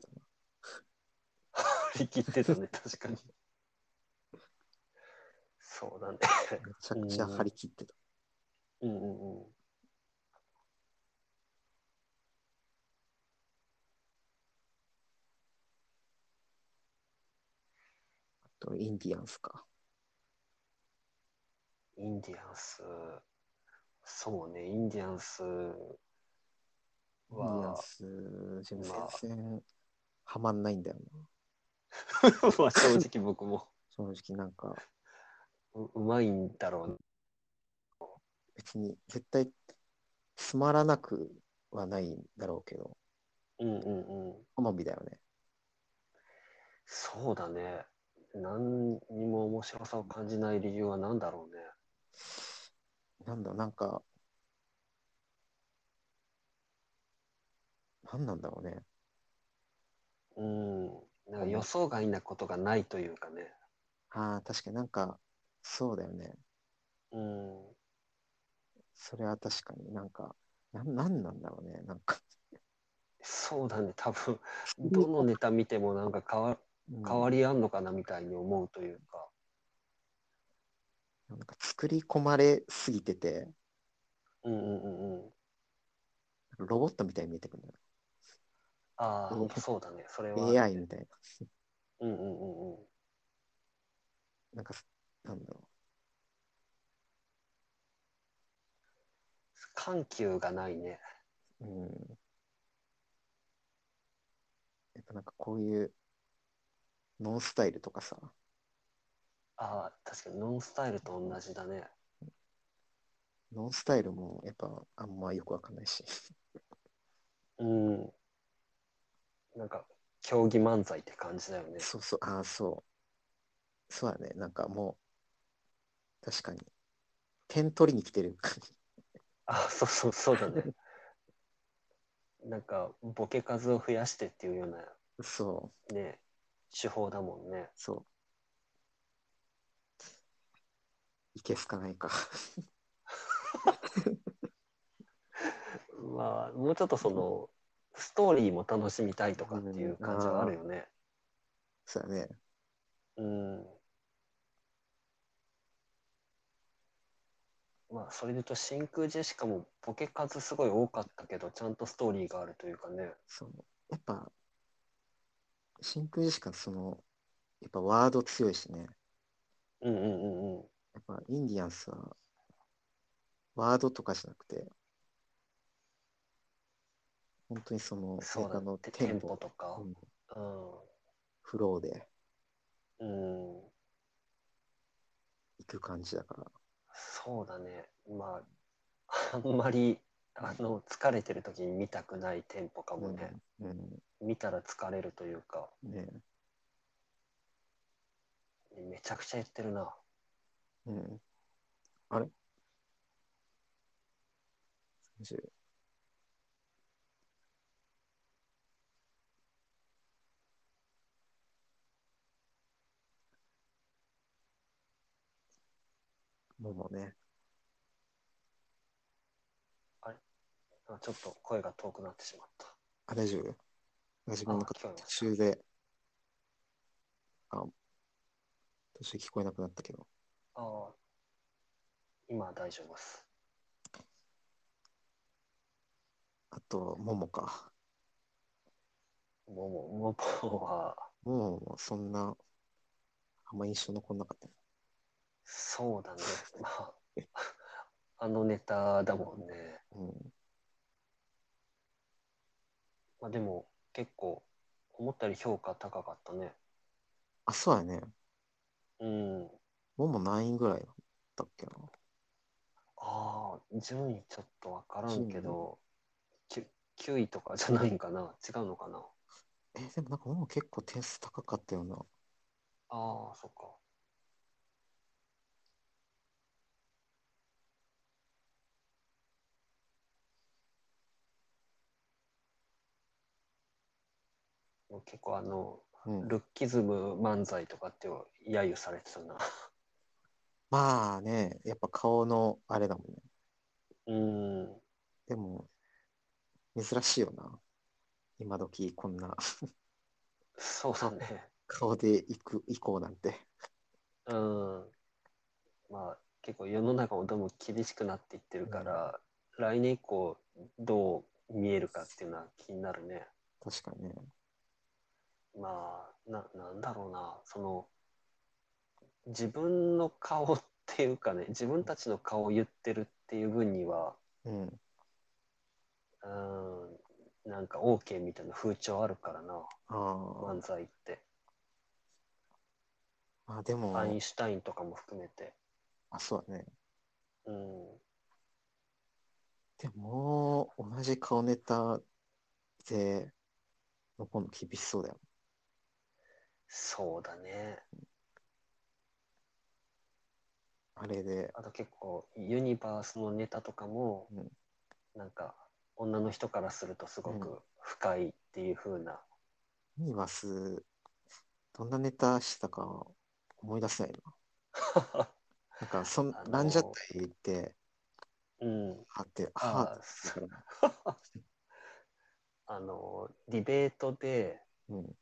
Speaker 3: 張り切ってた ね、確かに。そうだね。
Speaker 2: めちゃくちゃ張り切ってた。
Speaker 3: うんうんうん。
Speaker 2: あと、インディアンスか。
Speaker 3: インディアンス、そうね、インディアンス
Speaker 2: インディアン
Speaker 3: は、
Speaker 2: ス、でも
Speaker 3: まあ
Speaker 2: 全然、はまんないんだよな。
Speaker 3: まあ 正直僕も
Speaker 2: 正直なんか、
Speaker 3: ううまいんだろうね。
Speaker 2: 別に絶対つまらなくはないんだろうけど、
Speaker 3: うんうんうん。
Speaker 2: 好みだよね。
Speaker 3: そうだね。何にも面白さを感じない理由は何だろうね。
Speaker 2: なんだろう、なんか、なんなんだろうね。
Speaker 3: うん。なんか予想外なことがないというかね。
Speaker 2: ああ、確かになんか、そうだよね。
Speaker 3: うん。
Speaker 2: それは確かになんか、なんなんなんだろうね。なんか、
Speaker 3: そうだね。多分、どのネタ見てもなんか変わ
Speaker 2: うん
Speaker 3: 変わりあんのかなみたいに思うというか。
Speaker 2: なんか作り込まれすぎてて、
Speaker 3: うんうんうんうん。
Speaker 2: ロボットみたいに見えてくるんだ
Speaker 3: あ
Speaker 2: うん
Speaker 3: あ、そうだね。それは。
Speaker 2: よ。AI みたいな。
Speaker 3: うんうんうんうん。
Speaker 2: なんか、なんだろ
Speaker 3: 緩急がないね。
Speaker 2: う。うん。やっぱなんかこういう、ノンスタイルとかさ、
Speaker 3: ああ、確かにノンスタイルと同じだね。
Speaker 2: ノンスタイルもやっぱあんまよくわかんないし。
Speaker 3: うん。なんか、競技漫才って感じだよね。
Speaker 2: そうそう、ああ、そう。そうだね、なんかもう、確かに。点取りに来てる 感じ。
Speaker 3: ああ、そうそう、そうだね。なんか、ボケ数を増やしてっていうような、
Speaker 2: そう、
Speaker 3: ね、手法だもんね。
Speaker 2: そう。いけすかないか。
Speaker 3: まあ、もうちょっとその、ストーリーも楽しみたいとかっていう感じはあるよね。
Speaker 2: そうだね。
Speaker 3: うん。まあ、それで言うと、真空ジェシカもボケ数すごい多かったけど、ちゃんとストーリーがあるというかね。
Speaker 2: そう。やっぱ、真空ジェシカ、その、やっぱワード強いしね。
Speaker 3: うんうんうんうん。
Speaker 2: やっぱインディアンスは、ワードとかじゃなくて、本当にその、
Speaker 3: そうだ
Speaker 2: 映画の
Speaker 3: ね。
Speaker 2: テ
Speaker 3: テ
Speaker 2: ン
Speaker 3: ン
Speaker 2: ポ、
Speaker 3: ポとか
Speaker 2: う。ん
Speaker 3: う
Speaker 2: フローで
Speaker 3: ん。うん。
Speaker 2: 行く感じだから。
Speaker 3: そうだね。まあ、あ んまり、あの、疲れてる時に見たくないテンポかもね。
Speaker 2: うんうん
Speaker 3: 見たら疲れるというか、
Speaker 2: ね
Speaker 3: めちゃくちゃ言ってるな。
Speaker 2: うん、あれ ?30。ももね。
Speaker 3: あちょっと声が遠くなってしまった。
Speaker 2: あ、大丈夫自分の中
Speaker 3: あ聞こえました
Speaker 2: 途中で、あ、途中聞こえなくなったけど。
Speaker 3: ああ、今は大丈夫です。
Speaker 2: あと、ももか。
Speaker 3: もも、ももは、
Speaker 2: もう、もうそんな、あんま印象残んなかったね。
Speaker 3: そうだね。 まあ、あのネタだもんね。
Speaker 2: うん。
Speaker 3: まあでも、結構、思ったより評価高かったね。
Speaker 2: あ、そうやね。
Speaker 3: うん。
Speaker 2: もも何位ぐらいだったっけな。
Speaker 3: ああ、順位ちょっとわからんけど、きゅ9位とかじゃないんかな違うのかな
Speaker 2: え、でもなんかもも結構点数高かったよな。
Speaker 3: ああ、そっか。もう結構あの、
Speaker 2: うん。
Speaker 3: ルッキズム漫才とかって揶揄されてたな。
Speaker 2: まあね、やっぱ顔のあれだもんね。
Speaker 3: うん。
Speaker 2: でも、珍しいよな。今時こんな
Speaker 3: そうだね。
Speaker 2: 顔で行く、行こうなんて。
Speaker 3: うん。まあ結構世の中もどうも厳しくなっていってるから、来年以降どう見えるかっていうのは気になるね。
Speaker 2: 確かにね。
Speaker 3: まあななんだろうなその自分の顔っていうかね自分たちの顔を言ってるっていう分には
Speaker 2: うん。
Speaker 3: うーんなんか OK みたいな風潮あるからな
Speaker 2: あ
Speaker 3: 漫才って
Speaker 2: あ。まあでも
Speaker 3: ア、インシュタインとかも含めて
Speaker 2: あ、そうだね。
Speaker 3: うん
Speaker 2: でも、同じ顔ネタで残るの厳しそうだよ。
Speaker 3: そうだね
Speaker 2: あれで、
Speaker 3: あと結構ユニバースのネタとかも、
Speaker 2: うん
Speaker 3: なんか女の人からするとすご
Speaker 2: う
Speaker 3: く深いっていう風な、
Speaker 2: ユニバース、どんなネタしてたか思い出せないな。なんか、そん、
Speaker 3: あのー
Speaker 2: ランジャタイって、
Speaker 3: うん
Speaker 2: あって、
Speaker 3: あー
Speaker 2: ハート だからな。
Speaker 3: あのディベートで
Speaker 2: うん。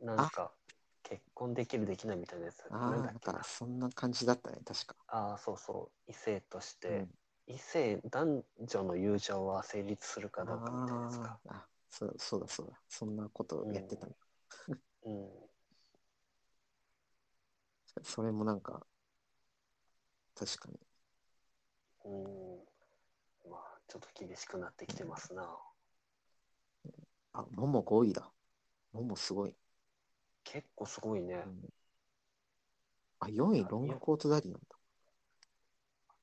Speaker 3: なんか結婚できるできないみたいなやつ
Speaker 2: あ
Speaker 3: なん
Speaker 2: あ、
Speaker 3: だっ
Speaker 2: なん
Speaker 3: け
Speaker 2: か、そんな感じだったね、確か。
Speaker 3: ああそうそう異性として、
Speaker 2: うん
Speaker 3: 異性男女の友情は成立するかどうかみたいなやつ
Speaker 2: あ
Speaker 3: か、
Speaker 2: ーあ、そうそうだそうだ。そんなことやってたね。
Speaker 3: うん、
Speaker 2: それもなんか、確かに。
Speaker 3: うん、まあちょっと厳しくなってきてますな、
Speaker 2: あ、もも5位だ。ももすごい。
Speaker 3: 結構すごいね、
Speaker 2: うんあ、4位、ロングコートダディなんだ。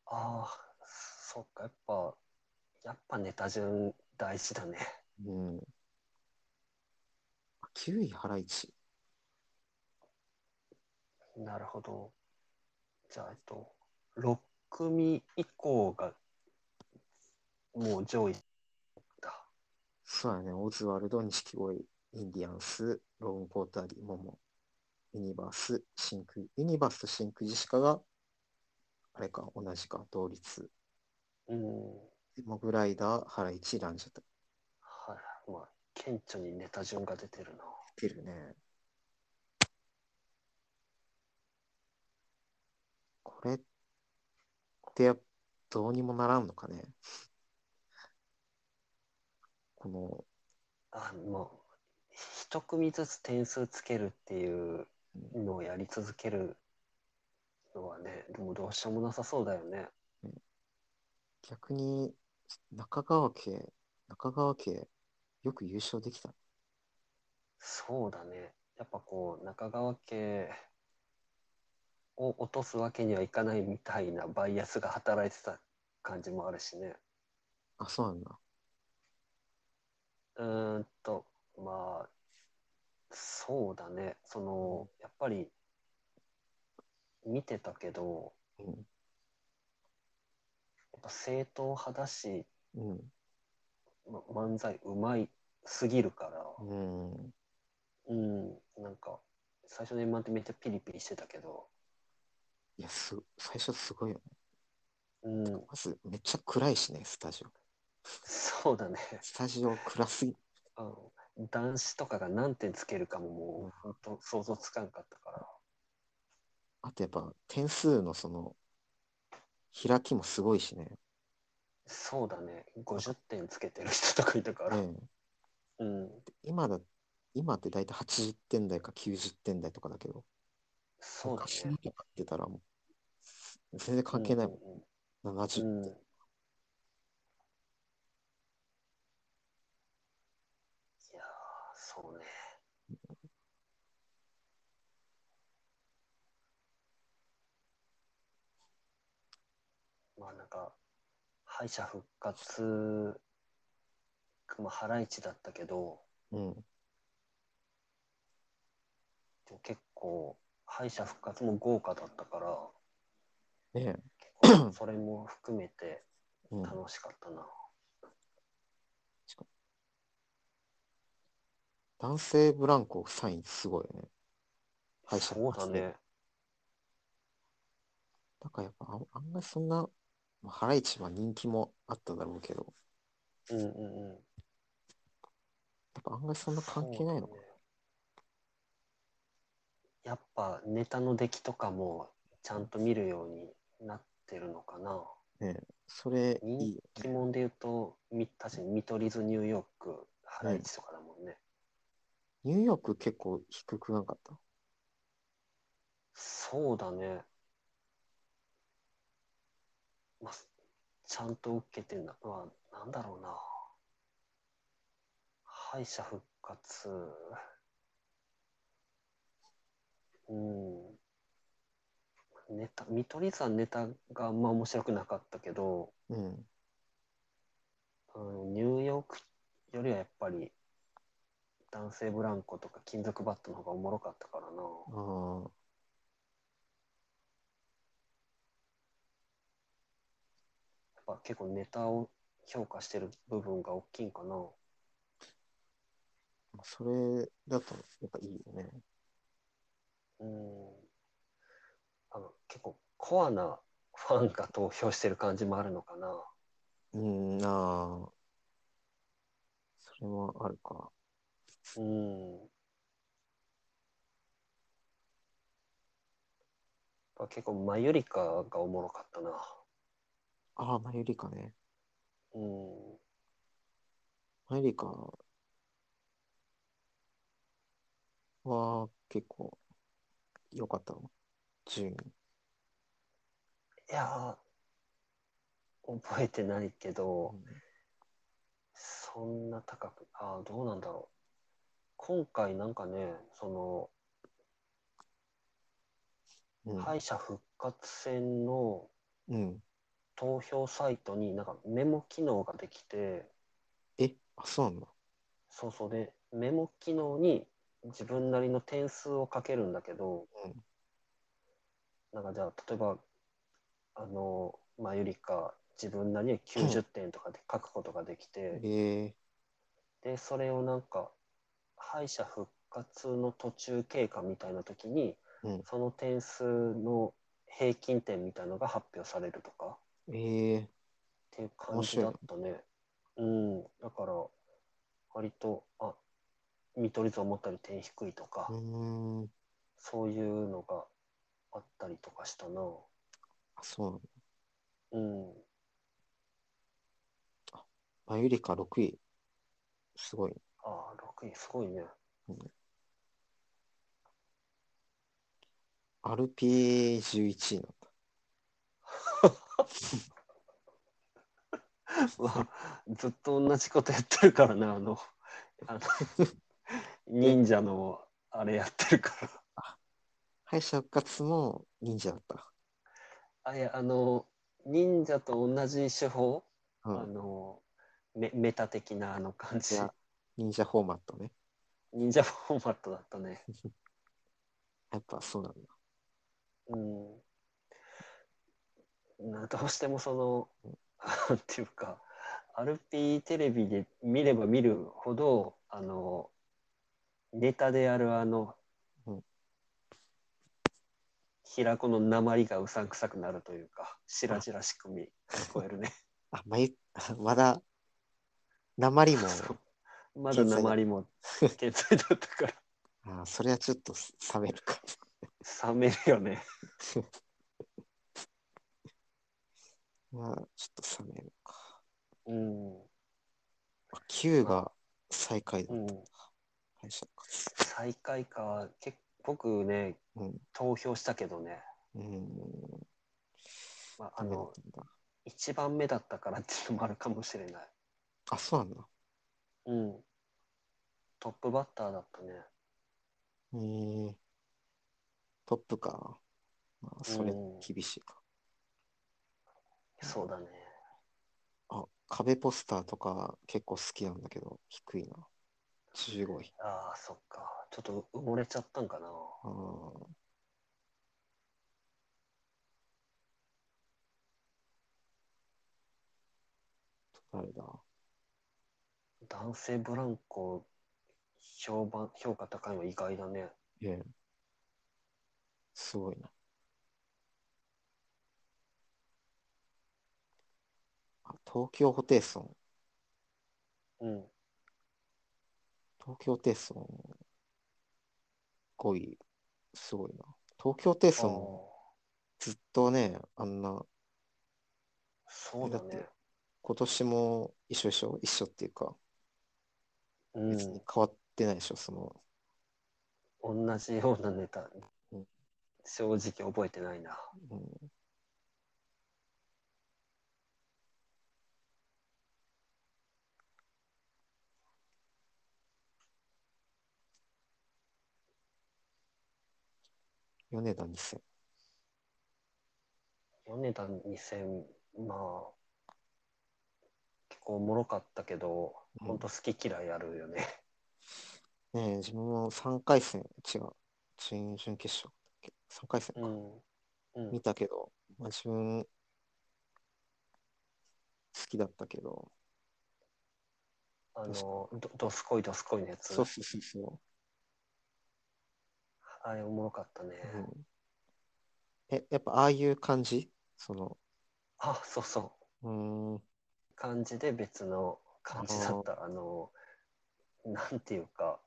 Speaker 3: ああそっかやっぱやっぱネタ順大事だね
Speaker 2: うん。あ9位、ハライチ。
Speaker 3: なるほど。じゃあ、えっと、6組以降が、もう上位だ。
Speaker 2: そうやね、オズワルド、錦鯉、インディアンス、ロングコートダディ、モモ、ユニバース、真空、ユニバースと真空ジェシカが、あれか、同じか、同率。
Speaker 3: うん。
Speaker 2: モグライダー、ハライチ、ランジャタイ。
Speaker 3: まあ、顕著にネタ順が出てるな。
Speaker 2: てるね。これってやっぱどうにもならんのかね。 この、
Speaker 3: あもう一組ずつ点数つけるっていうのをやり続けるのはねでもどうしようもなさそうだよね
Speaker 2: 逆に中川家、中川家、よく優勝できた。
Speaker 3: そうだねやっぱこう中川家を落とすわけにはいかないみたいなバイアスが働いてた感じもあるしね
Speaker 2: あ、そうなんだ。
Speaker 3: うーんとまあそうだねそのやっぱり見てたけど
Speaker 2: うん。
Speaker 3: やっぱ正統派だし、
Speaker 2: うん。
Speaker 3: ま、漫才うまいすぎるから
Speaker 2: うん。
Speaker 3: うんなんか最初の M−1 ってめっちゃピリピリしてたけど
Speaker 2: いや、す、最初すごいよね。
Speaker 3: うん
Speaker 2: まず、めっちゃ暗いしね、スタジオ。
Speaker 3: そうだね
Speaker 2: スタジオ暗すぎ。
Speaker 3: あの男子とかが何点つけるかももう本当想像つかんかったから
Speaker 2: あとやっぱ、点数のその、開きもすごいしね。
Speaker 3: そうだね50点つけてる人とかいたから、
Speaker 2: ね
Speaker 3: うん
Speaker 2: 今だ、今って大体80点台か90点台とかだけど、
Speaker 3: そうだ
Speaker 2: 昔
Speaker 3: ね
Speaker 2: のとかってたらもう、全然関係ないもん。
Speaker 3: うんうんうん
Speaker 2: 70、
Speaker 3: うんいやーそうね。まあなんか敗者復活まあハライチだったけど
Speaker 2: うん。
Speaker 3: でも結構敗者復活も豪華だったから
Speaker 2: ね
Speaker 3: 結構それも含めて
Speaker 2: うん。
Speaker 3: 楽しかった な。
Speaker 2: 男性ブランコサインすごいよね。敗者
Speaker 3: そう
Speaker 2: 復
Speaker 3: だ
Speaker 2: 活
Speaker 3: ね。
Speaker 2: だからやっぱあん、あんまりそんな、まあ、ハライチは人気もあっただろうけど、
Speaker 3: うんうんうん。
Speaker 2: やっぱあんまりそんな関係ないの
Speaker 3: そう
Speaker 2: か。
Speaker 3: だねやっぱネタの出来とかもちゃんと見るようになってるのかな
Speaker 2: それいい
Speaker 3: 人
Speaker 2: よ
Speaker 3: 気
Speaker 2: ね。
Speaker 3: 者で言うとみ確かに見取り図ニューヨークハライチとかだもんね、
Speaker 2: ニューヨーク結構低くなかった。
Speaker 3: そうだねまあちゃんと受けてんだまあなんだろうな敗者復活うんネタ見取り図はネタがあんま面白くなかったけど
Speaker 2: うん。
Speaker 3: あのニューヨークよりはやっぱり男性ブランコとか金属バットの方がおもろかったからな
Speaker 2: ああ。
Speaker 3: やっぱ結構ネタを評価してる部分が大きいんかな。
Speaker 2: まあそれだと、やっぱいいよね。
Speaker 3: うん。あの結構コアなファンが投票してる感じもあるのかな。
Speaker 2: うん、ああ。それはあるか。
Speaker 3: うん。やっぱ結構マユリカがおもろかったな。
Speaker 2: ああ、マユリカね。
Speaker 3: うん。
Speaker 2: マユリカは結構良かったの。順位。
Speaker 3: いやー、覚えてないけど、そんな高く、ああ、どうなんだろう。今回なんかね、その、
Speaker 2: うん。
Speaker 3: 敗者復活戦の
Speaker 2: うん。
Speaker 3: 投票サイトになんかメモ機能ができて
Speaker 2: え、あ、そうなんだ。
Speaker 3: そうそうでメモ機能に自分なりの点数をかけるんだけど、
Speaker 2: うん
Speaker 3: なんかじゃあ例えばあのまあゆりか自分なりに90点とかで書くことができて、
Speaker 2: ええ
Speaker 3: でそれをなんか敗者復活の途中経過みたいな時に、
Speaker 2: うん
Speaker 3: その点数の平均点みたいのが発表されるとか。
Speaker 2: ええ
Speaker 3: っていう感じだったね。うん、だから、割と、あ、見取り図思ったより点低いとか、
Speaker 2: うん。
Speaker 3: そういうのがあったりとかしたな。
Speaker 2: あそうなんだ。
Speaker 3: うん。
Speaker 2: マユリカ6位。すごい。
Speaker 3: ああ、6位、すごいね。
Speaker 2: RP11 位なんだ。
Speaker 3: まあ、 ずっと同じことやってるからな、あ の、あの忍者のあれやってるから。
Speaker 2: 敗者復活も忍者だった。
Speaker 3: あ、いや、あの、忍者と同じ手法、
Speaker 2: う
Speaker 3: あ
Speaker 2: ん。
Speaker 3: の、メメタ的なあの感じ
Speaker 2: い、や忍者フォーマットね。
Speaker 3: 忍者フォーマットだったね。
Speaker 2: やっぱそうなんだ。
Speaker 3: うん。などうしてもその、なんていうか、RP テレビで見れば見るほど、あの、ネタであるあの
Speaker 2: うん、
Speaker 3: 平子の鉛がうさんくさくなるというか、白々しく見聞こえるね。
Speaker 2: あ、まゆ、 まだ、鉛も、
Speaker 3: そうまだ鉛も天才だったから。
Speaker 2: あそれはちょっと冷めるか。
Speaker 3: 冷めるよね。
Speaker 2: まあ、ちょっと冷めるか。
Speaker 3: うん。
Speaker 2: あ9が最下位だ
Speaker 3: う
Speaker 2: った。
Speaker 3: ん。
Speaker 2: 敗者復活。
Speaker 3: 最下位か。結僕ね、
Speaker 2: うん
Speaker 3: 投票したけどね。
Speaker 2: うん。
Speaker 3: まあ、
Speaker 2: ダ
Speaker 3: あ
Speaker 2: メだっ
Speaker 3: の
Speaker 2: た、んだ。
Speaker 3: 一番目だったからっていうのもあるかもしれない。
Speaker 2: あ、そうなんだ。
Speaker 3: うん。トップバッターだったね。
Speaker 2: えー、トップか。まあ、それ
Speaker 3: うん
Speaker 2: 厳しいか。
Speaker 3: そうだね。
Speaker 2: あ、壁ポスターとか結構好きなんだけど、低いな。15位。
Speaker 3: ああ、そっか。ちょっと埋もれちゃったんかな。
Speaker 2: あー誰だ
Speaker 3: 男性ブランコ、評判、評価高いの意外だね。
Speaker 2: ええ。すごいな。あ、東京ホテイソン。
Speaker 3: うん。
Speaker 2: 東京テイソン、5位、すごいな。東京テイソンも
Speaker 3: あ
Speaker 2: ずっとね、あんな、
Speaker 3: あそうだね。
Speaker 2: 今年も一緒でしょ一緒っていうか、
Speaker 3: う
Speaker 2: 別
Speaker 3: ん
Speaker 2: に。変わってないでしょ、その、
Speaker 3: 同じようなネタ
Speaker 2: うん、
Speaker 3: 正直覚えてないな。
Speaker 2: うん。米田2000。
Speaker 3: 米田2000、まあ、結構おもろかったけど、
Speaker 2: うん
Speaker 3: ほんと好き嫌いあるよね。
Speaker 2: ねえ、自分も3回戦、違う、準々決勝だっけ、3回戦
Speaker 3: う
Speaker 2: か、
Speaker 3: ん。うん
Speaker 2: 見たけど、まあ、自分、好きだったけど、
Speaker 3: あの、どどすこいどすこいのやつ
Speaker 2: そう。そうそうそ
Speaker 3: あれおもろかったね。
Speaker 2: う、うんえ、やっぱああいう感じその、
Speaker 3: あ、そうそう。
Speaker 2: うーん、
Speaker 3: 感じで別の感じだった。あの、なんていうか、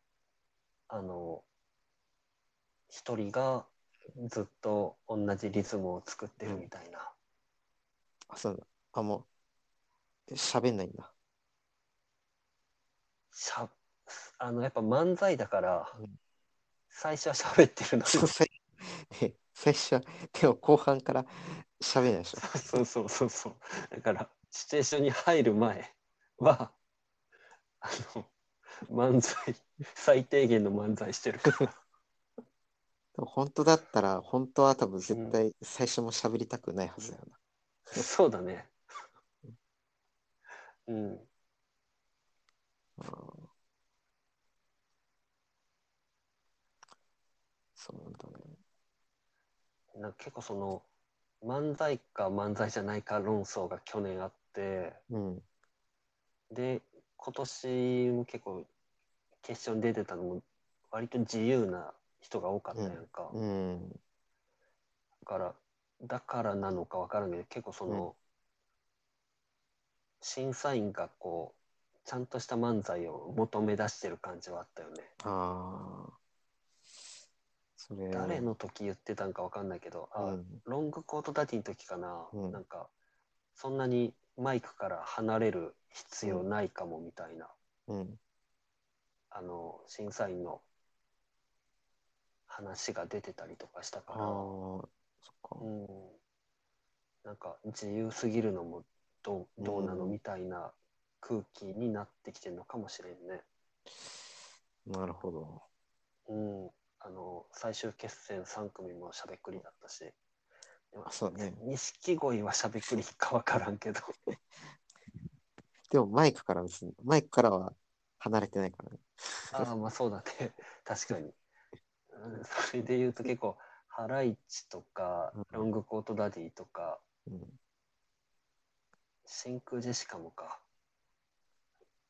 Speaker 3: あの、一人がずっと同じリズムを作ってるみたいな。
Speaker 2: あ、そうなんだ、あ、もう、え喋んないんだ。
Speaker 3: しゃあのやっぱ漫才だから、
Speaker 2: うん
Speaker 3: 最初は喋ってるのに
Speaker 2: そう 最ね最初は、でも後半から喋んないでしょ。
Speaker 3: そうそうそうそうだからシチュエーションに入る前はあの漫才最低限の漫才してるから
Speaker 2: でも本当だったら、本当は多分絶対最初も喋りたくないはずだよな。
Speaker 3: そうだねうん
Speaker 2: うんそうなんだね。
Speaker 3: なんか結構その漫才か漫才じゃないか論争が去年あって
Speaker 2: うん。
Speaker 3: で今年も結構決勝に出てたのも割と自由な人が多かったやんか、
Speaker 2: うん。
Speaker 3: だからだからなのか分からんけど結構その、審査員がこうちゃんとした漫才を求め出してる感じはあったよね。
Speaker 2: ああ。それ。
Speaker 3: 誰の時言ってたんかわかんないけど、
Speaker 2: う
Speaker 3: あ
Speaker 2: ん、
Speaker 3: ロングコートダディの時かな、
Speaker 2: うん
Speaker 3: なんかそんなにマイクから離れる必要ないかもみたいな、
Speaker 2: うん。
Speaker 3: あの審査員の話が出てたりとかした
Speaker 2: あ
Speaker 3: か
Speaker 2: あ、
Speaker 3: ら、
Speaker 2: そっか
Speaker 3: う。ん、なんか自由すぎるのもどうどうなの
Speaker 2: うん
Speaker 3: みたいな空気になってきてるのかもしれんね。
Speaker 2: なるほど。
Speaker 3: うん、あの最終決戦3組もしゃべくりだったし。
Speaker 2: あ、そうだね。
Speaker 3: 錦鯉はしゃべくりかわからんけど
Speaker 2: でもマイクからは別に、マイクからは離れてないからね。
Speaker 3: ああまあそうだね 確かに、うん、それで言うと結構ハライチとか
Speaker 2: うん
Speaker 3: ロングコートダディとか
Speaker 2: うん。
Speaker 3: 真空ジェシカもか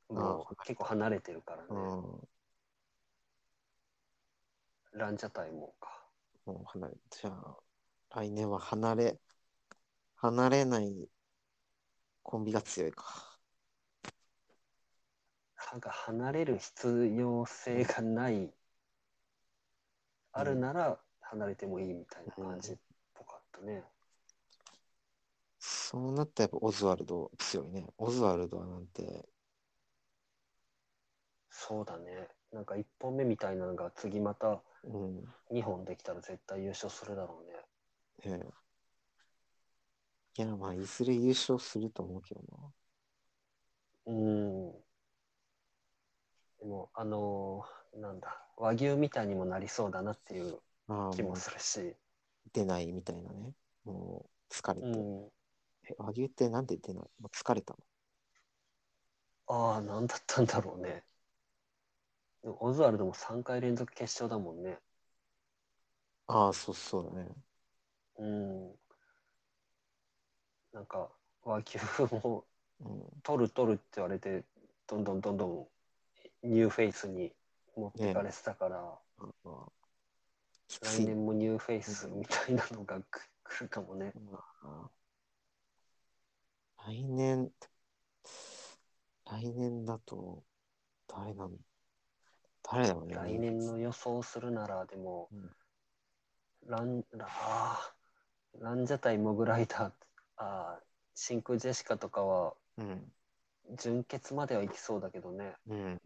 Speaker 2: あ
Speaker 3: もう結構離れてるからね、
Speaker 2: うん。
Speaker 3: ランジャタイもか
Speaker 2: もう離れ、じゃあ、来年は離れ、離れないコンビが強いか。
Speaker 3: なんか離れる必要性がないあるなら離れてもいいみたいな感じっぽかったね、
Speaker 2: そうなったらやっぱオズワルド強いね。オズワルドはなんて、
Speaker 3: そうだねなんか1本目みたいなのが次また
Speaker 2: うん。
Speaker 3: 2本できたら絶対優勝するだろうね。
Speaker 2: ねいや、まあ、いずれ優勝すると思うけどな。
Speaker 3: うん。でも、あのーなんだ、和牛みたいにもなりそうだなっていう
Speaker 2: まあ、
Speaker 3: 気
Speaker 2: も
Speaker 3: も
Speaker 2: う
Speaker 3: するし、
Speaker 2: 出ないみたいなね。もう疲れて。
Speaker 3: うん。
Speaker 2: え、和牛ってなんで出ないもう疲れたの
Speaker 3: ああ、なんだったんだろうね。でもオズワルドも3回連続決勝だもんね。
Speaker 2: ああ、そうそうだね。
Speaker 3: うん。なんか、和牛も
Speaker 2: うん。
Speaker 3: 取る取るって言われて、どんどんどんどんニューフェイスに持ってかれてたから、
Speaker 2: あのきつ
Speaker 3: 来
Speaker 2: いな。
Speaker 3: 年もニューフェイスみたいなのがく来るかもね。
Speaker 2: あ来年、来年だと、誰なの誰だろうね。
Speaker 3: 来年の予想をするなら、でも
Speaker 2: うん、
Speaker 3: ラン、ラ、あーランジャタイ、モグライダー、あー真空ジェシカとかは、
Speaker 2: うん。
Speaker 3: 準決まではいきそうだけどね。
Speaker 2: うん。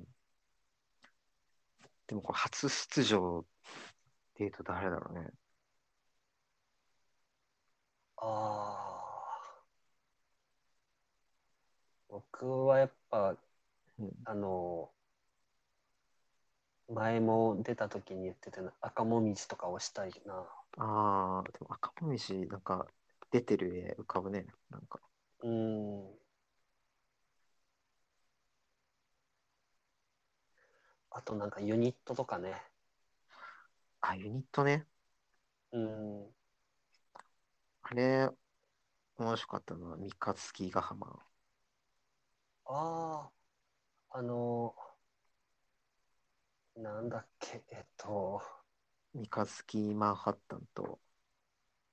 Speaker 2: でも、これ初出場っていうと誰だろうね。
Speaker 3: ああ。僕はやっぱ、
Speaker 2: うん
Speaker 3: あの、前も出た時に言ってたな赤もみじとかをしたいな。
Speaker 2: ああ、でも赤もみじ、なんか、出てる絵浮かぶね。なんか、
Speaker 3: うん。あとなんかユニットとかね。
Speaker 2: あ、ユニットね。
Speaker 3: うん。
Speaker 2: あれ、面白かったのは、三日月ヶ浜。
Speaker 3: ああ、あのなんだっけ、えっと、
Speaker 2: 三日月マンハッタンと、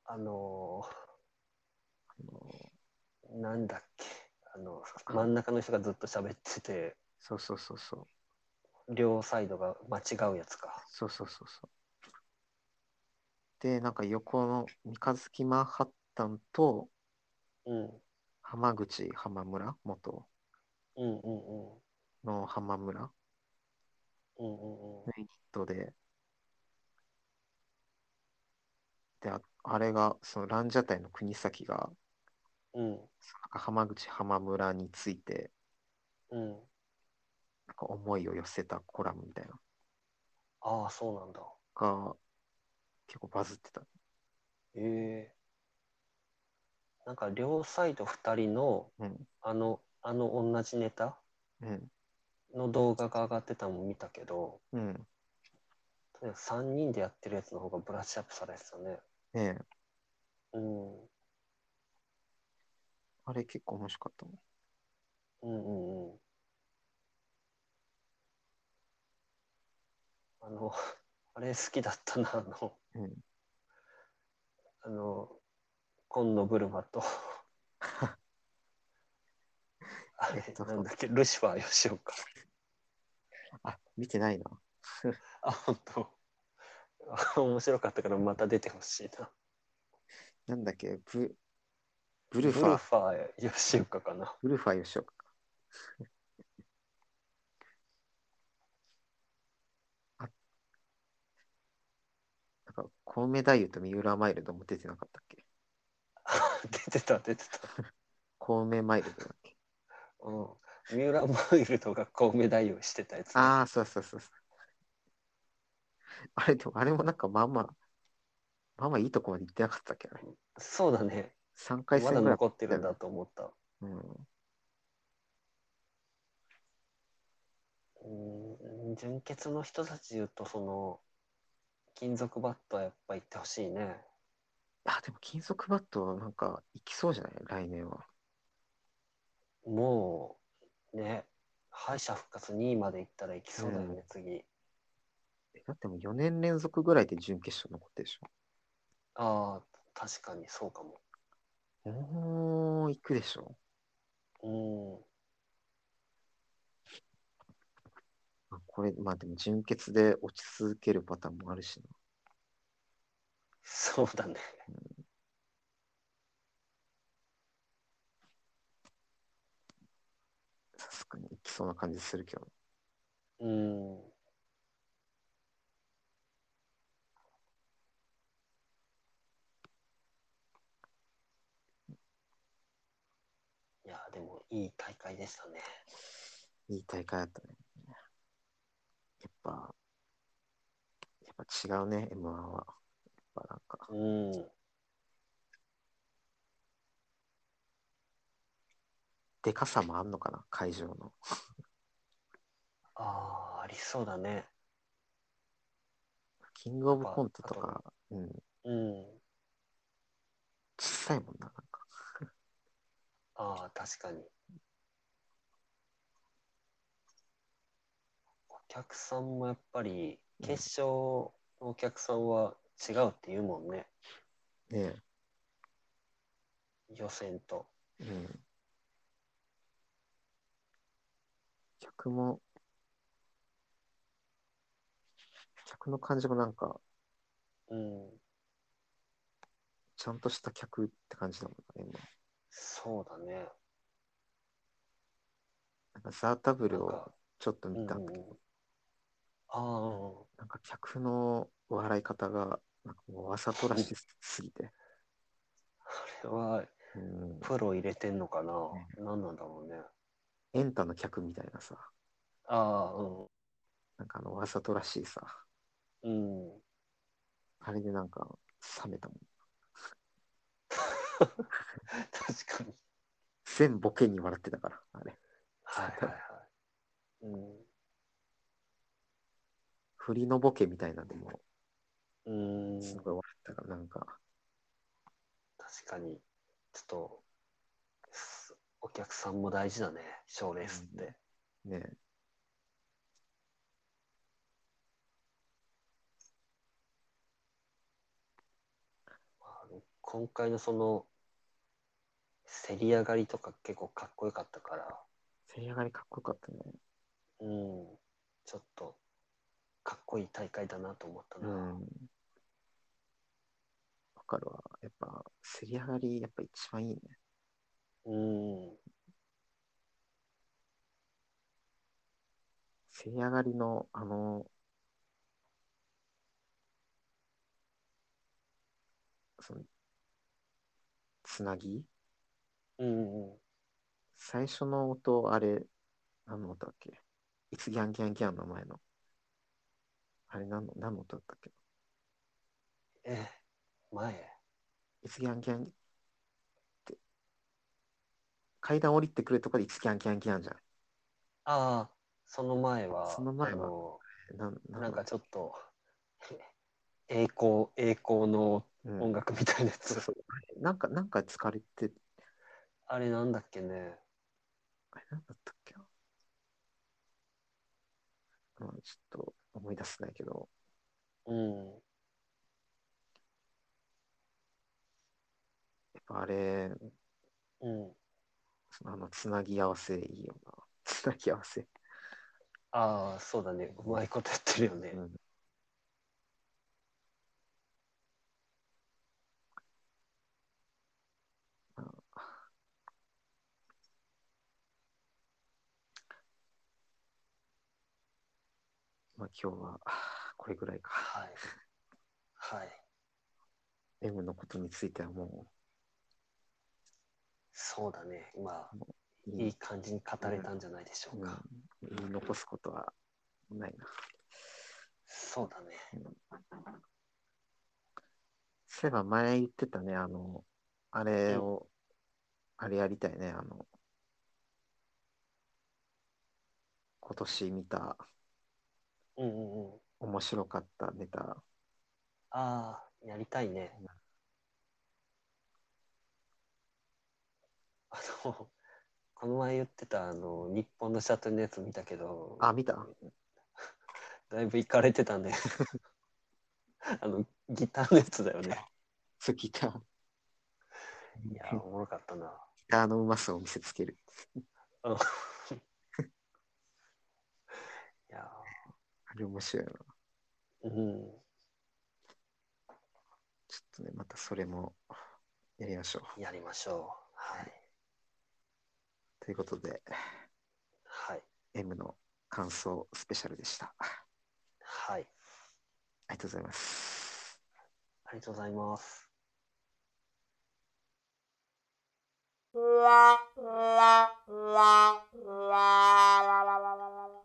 Speaker 3: あの
Speaker 2: あの
Speaker 3: なんだっけ、あの、真ん中の人がずっと喋ってて、
Speaker 2: そうそうそうそう。
Speaker 3: 両サイドが間違うやつか。
Speaker 2: そうそうそうそう。で、なんか横の三日月マンハッタンと
Speaker 3: うん、
Speaker 2: 浜口浜村元
Speaker 3: うん、うん、うん。
Speaker 2: の浜村
Speaker 3: うんうんう
Speaker 2: の、
Speaker 3: ん
Speaker 2: ユニットで、で、ああれが、そのランジャタイの国崎が、
Speaker 3: うん、
Speaker 2: なんか浜口浜村について、
Speaker 3: うん。
Speaker 2: なんか思いを寄せたコラムみたいなの
Speaker 3: ああ、そうなんだ。
Speaker 2: が、結構バズってた。
Speaker 3: ええなんか両サイド2人の
Speaker 2: うん。
Speaker 3: あのあの同じネタ
Speaker 2: うん。
Speaker 3: の動画が上がってたのも見たけど
Speaker 2: うん。ね
Speaker 3: 3人でやってるやつの方がブラッシュアップされてたね
Speaker 2: え
Speaker 3: うん
Speaker 2: あれ結構面白かったもん。
Speaker 3: うんうんうんあの あれ好きだったなあの、
Speaker 2: うん
Speaker 3: あの紺野ブルマとあれ
Speaker 2: えっと
Speaker 3: なんだっけ、ルシファー吉岡。
Speaker 2: あ、見てないな。
Speaker 3: あ、本当。 あ面白かったからまた出てほしいな。
Speaker 2: なんだっけ、ブブ
Speaker 3: ブ
Speaker 2: ル
Speaker 3: ル
Speaker 2: ファー、
Speaker 3: ファー吉岡かな。
Speaker 2: ブルファー吉岡か。あなんか、コウメ太夫と三浦マイルドも出てなかったっけ
Speaker 3: 出てた出てた。
Speaker 2: コウメマイルドだっけ
Speaker 3: うん。三浦マイルドがコウメ太夫してたやつ。
Speaker 2: ああ、そうそうそうそう。あれ、でも、あれもなんか、まあまあ、まあまあいいとこまで行ってなかったっけあれ。
Speaker 3: そうだね。
Speaker 2: 3回
Speaker 3: ま
Speaker 2: 戦
Speaker 3: だ
Speaker 2: ぐらい。
Speaker 3: 残ってるんだと思った。
Speaker 2: うん。
Speaker 3: うん。純潔の人たちで言うと、その、金属バットはやっぱ行ってほしいね。
Speaker 2: あ、でも、金属バットはなんか、行きそうじゃない来年は。
Speaker 3: もう、ね、敗者復活2位まで行ったら行きそうだよね、
Speaker 2: うん
Speaker 3: 次。
Speaker 2: えだってもう4年連続ぐらいで準決勝残ってるでしょ。
Speaker 3: ああ、確かにそうかも。
Speaker 2: おー、行くでしょ。
Speaker 3: うん。
Speaker 2: あこれ、まあでも、準決で落ち続けるパターンもあるしな。
Speaker 3: そうだね。
Speaker 2: さすがに行きそうな感じするけど。
Speaker 3: うん。いや、でもいい大会でしたね。
Speaker 2: いい大会だったね。やっぱ、やっぱ違うね、M1 は。やっぱなんか、
Speaker 3: うん。
Speaker 2: でかさもあんのかな、会場の。
Speaker 3: ああ、ありそうだね。
Speaker 2: キングオブコントとか、うん、
Speaker 3: うん。
Speaker 2: 小さいもんな、なんか。
Speaker 3: ああ、確かに。お客さんもやっぱり、
Speaker 2: うん
Speaker 3: 決勝のお客さんは違うって言うもんね。
Speaker 2: ね
Speaker 3: 予選と。
Speaker 2: え、うん。客も、客の感じもなんか、
Speaker 3: うん。
Speaker 2: ちゃんとした客って感じだもんね、今。
Speaker 3: そうだね。
Speaker 2: なんかザ・ダブ
Speaker 3: な
Speaker 2: ル
Speaker 3: ん
Speaker 2: を
Speaker 3: か、
Speaker 2: ちょっと
Speaker 3: うん
Speaker 2: 見
Speaker 3: うん
Speaker 2: た
Speaker 3: うん
Speaker 2: だけど、
Speaker 3: ん。ああ、
Speaker 2: なんか客の笑い方が、なんかもうわざとらしすぎて。
Speaker 3: あれは
Speaker 2: うん、
Speaker 3: プロ入れてんのかな
Speaker 2: ね。
Speaker 3: 何なんだろうね。
Speaker 2: エンタの客みたいなさ、
Speaker 3: ああ、
Speaker 2: なんかあのわざとらしいさ、
Speaker 3: うん。うん。
Speaker 2: あれでなんか冷めたもん。
Speaker 3: 確 かに。
Speaker 2: 全ボケに笑ってたから、あれ。
Speaker 3: はいはいはい。うん。
Speaker 2: 振りのボケみたいなんでも
Speaker 3: うん
Speaker 2: う、すごい笑ったから、なんか、
Speaker 3: 確かに、ちょっと、すお客さんも大事だね、賞レースって。
Speaker 2: ねえ
Speaker 3: あの今回のその、競り上がりとか結構かっこよかったから、
Speaker 2: せり上がりかっこよかったね。
Speaker 3: うん、ちょっと、かっこいい大会だなと思った
Speaker 2: う
Speaker 3: な。
Speaker 2: ん。わかるわ。やっぱ、せり上がり、やっぱ一番いいね。
Speaker 3: うん、
Speaker 2: せり上がりの、あの、その、つなぎ
Speaker 3: うん、うん。
Speaker 2: 最初の音、あれ、何の音だっけいつギャンギャンギャンの前の。あれ何の、何の音だったっけ
Speaker 3: え、前。
Speaker 2: いつギャンギャンって。階段降りてくるとこでいつギャンギャンギャンじゃ
Speaker 3: ああ、その前は、
Speaker 2: その前は
Speaker 3: あの
Speaker 2: ん。なんな
Speaker 3: なんかちょっと、栄光、栄光の
Speaker 2: うん
Speaker 3: 音楽みたいなやつ。
Speaker 2: そうそうあれなんか、なんか疲れて、
Speaker 3: あれなんだっけね。
Speaker 2: あれなんだったっけな、まあ、ちょっと思い出せないけど、
Speaker 3: うん。
Speaker 2: やっぱあれ、
Speaker 3: うん。
Speaker 2: あの、つなぎ合わせいいよな。つなぎ合わせ。
Speaker 3: ああ、そうだね。うまいことやってるよね。
Speaker 2: うんまあ今日はこれぐらいか。
Speaker 3: はい。はい。
Speaker 2: M のことについてはも
Speaker 3: そうだね。今、
Speaker 2: うい
Speaker 3: い
Speaker 2: い
Speaker 3: い感じに語れたんじゃないでしょうか。
Speaker 2: うん言い残すことはないな。
Speaker 3: そうだね。
Speaker 2: そういえば前言ってたね、あの、あれを、あれやりたいね、あの、今年見た
Speaker 3: うんうんうん。
Speaker 2: 面白かったネタ。
Speaker 3: ああ、やりたいね。あの、この前言ってた、あの、日本のシャトルのやつ見たけど、
Speaker 2: あ、見た
Speaker 3: だいぶいかれてたね。 あの、ギターのやつだよ ね。
Speaker 2: そうギター。
Speaker 3: いやー、おもろかったな。
Speaker 2: ギターのうまさを見せつける。
Speaker 3: うんいや
Speaker 2: あれ面白いな。ちょ
Speaker 3: ー、うん。
Speaker 2: っとね、またそれもやりましょ
Speaker 3: やりましょう。はい。
Speaker 2: う。ということで、
Speaker 3: はい。
Speaker 2: M の感想スペシャルでした。あ
Speaker 3: はい。
Speaker 2: りがとうございます。
Speaker 3: ありがとうございます。
Speaker 4: la la la la la la la la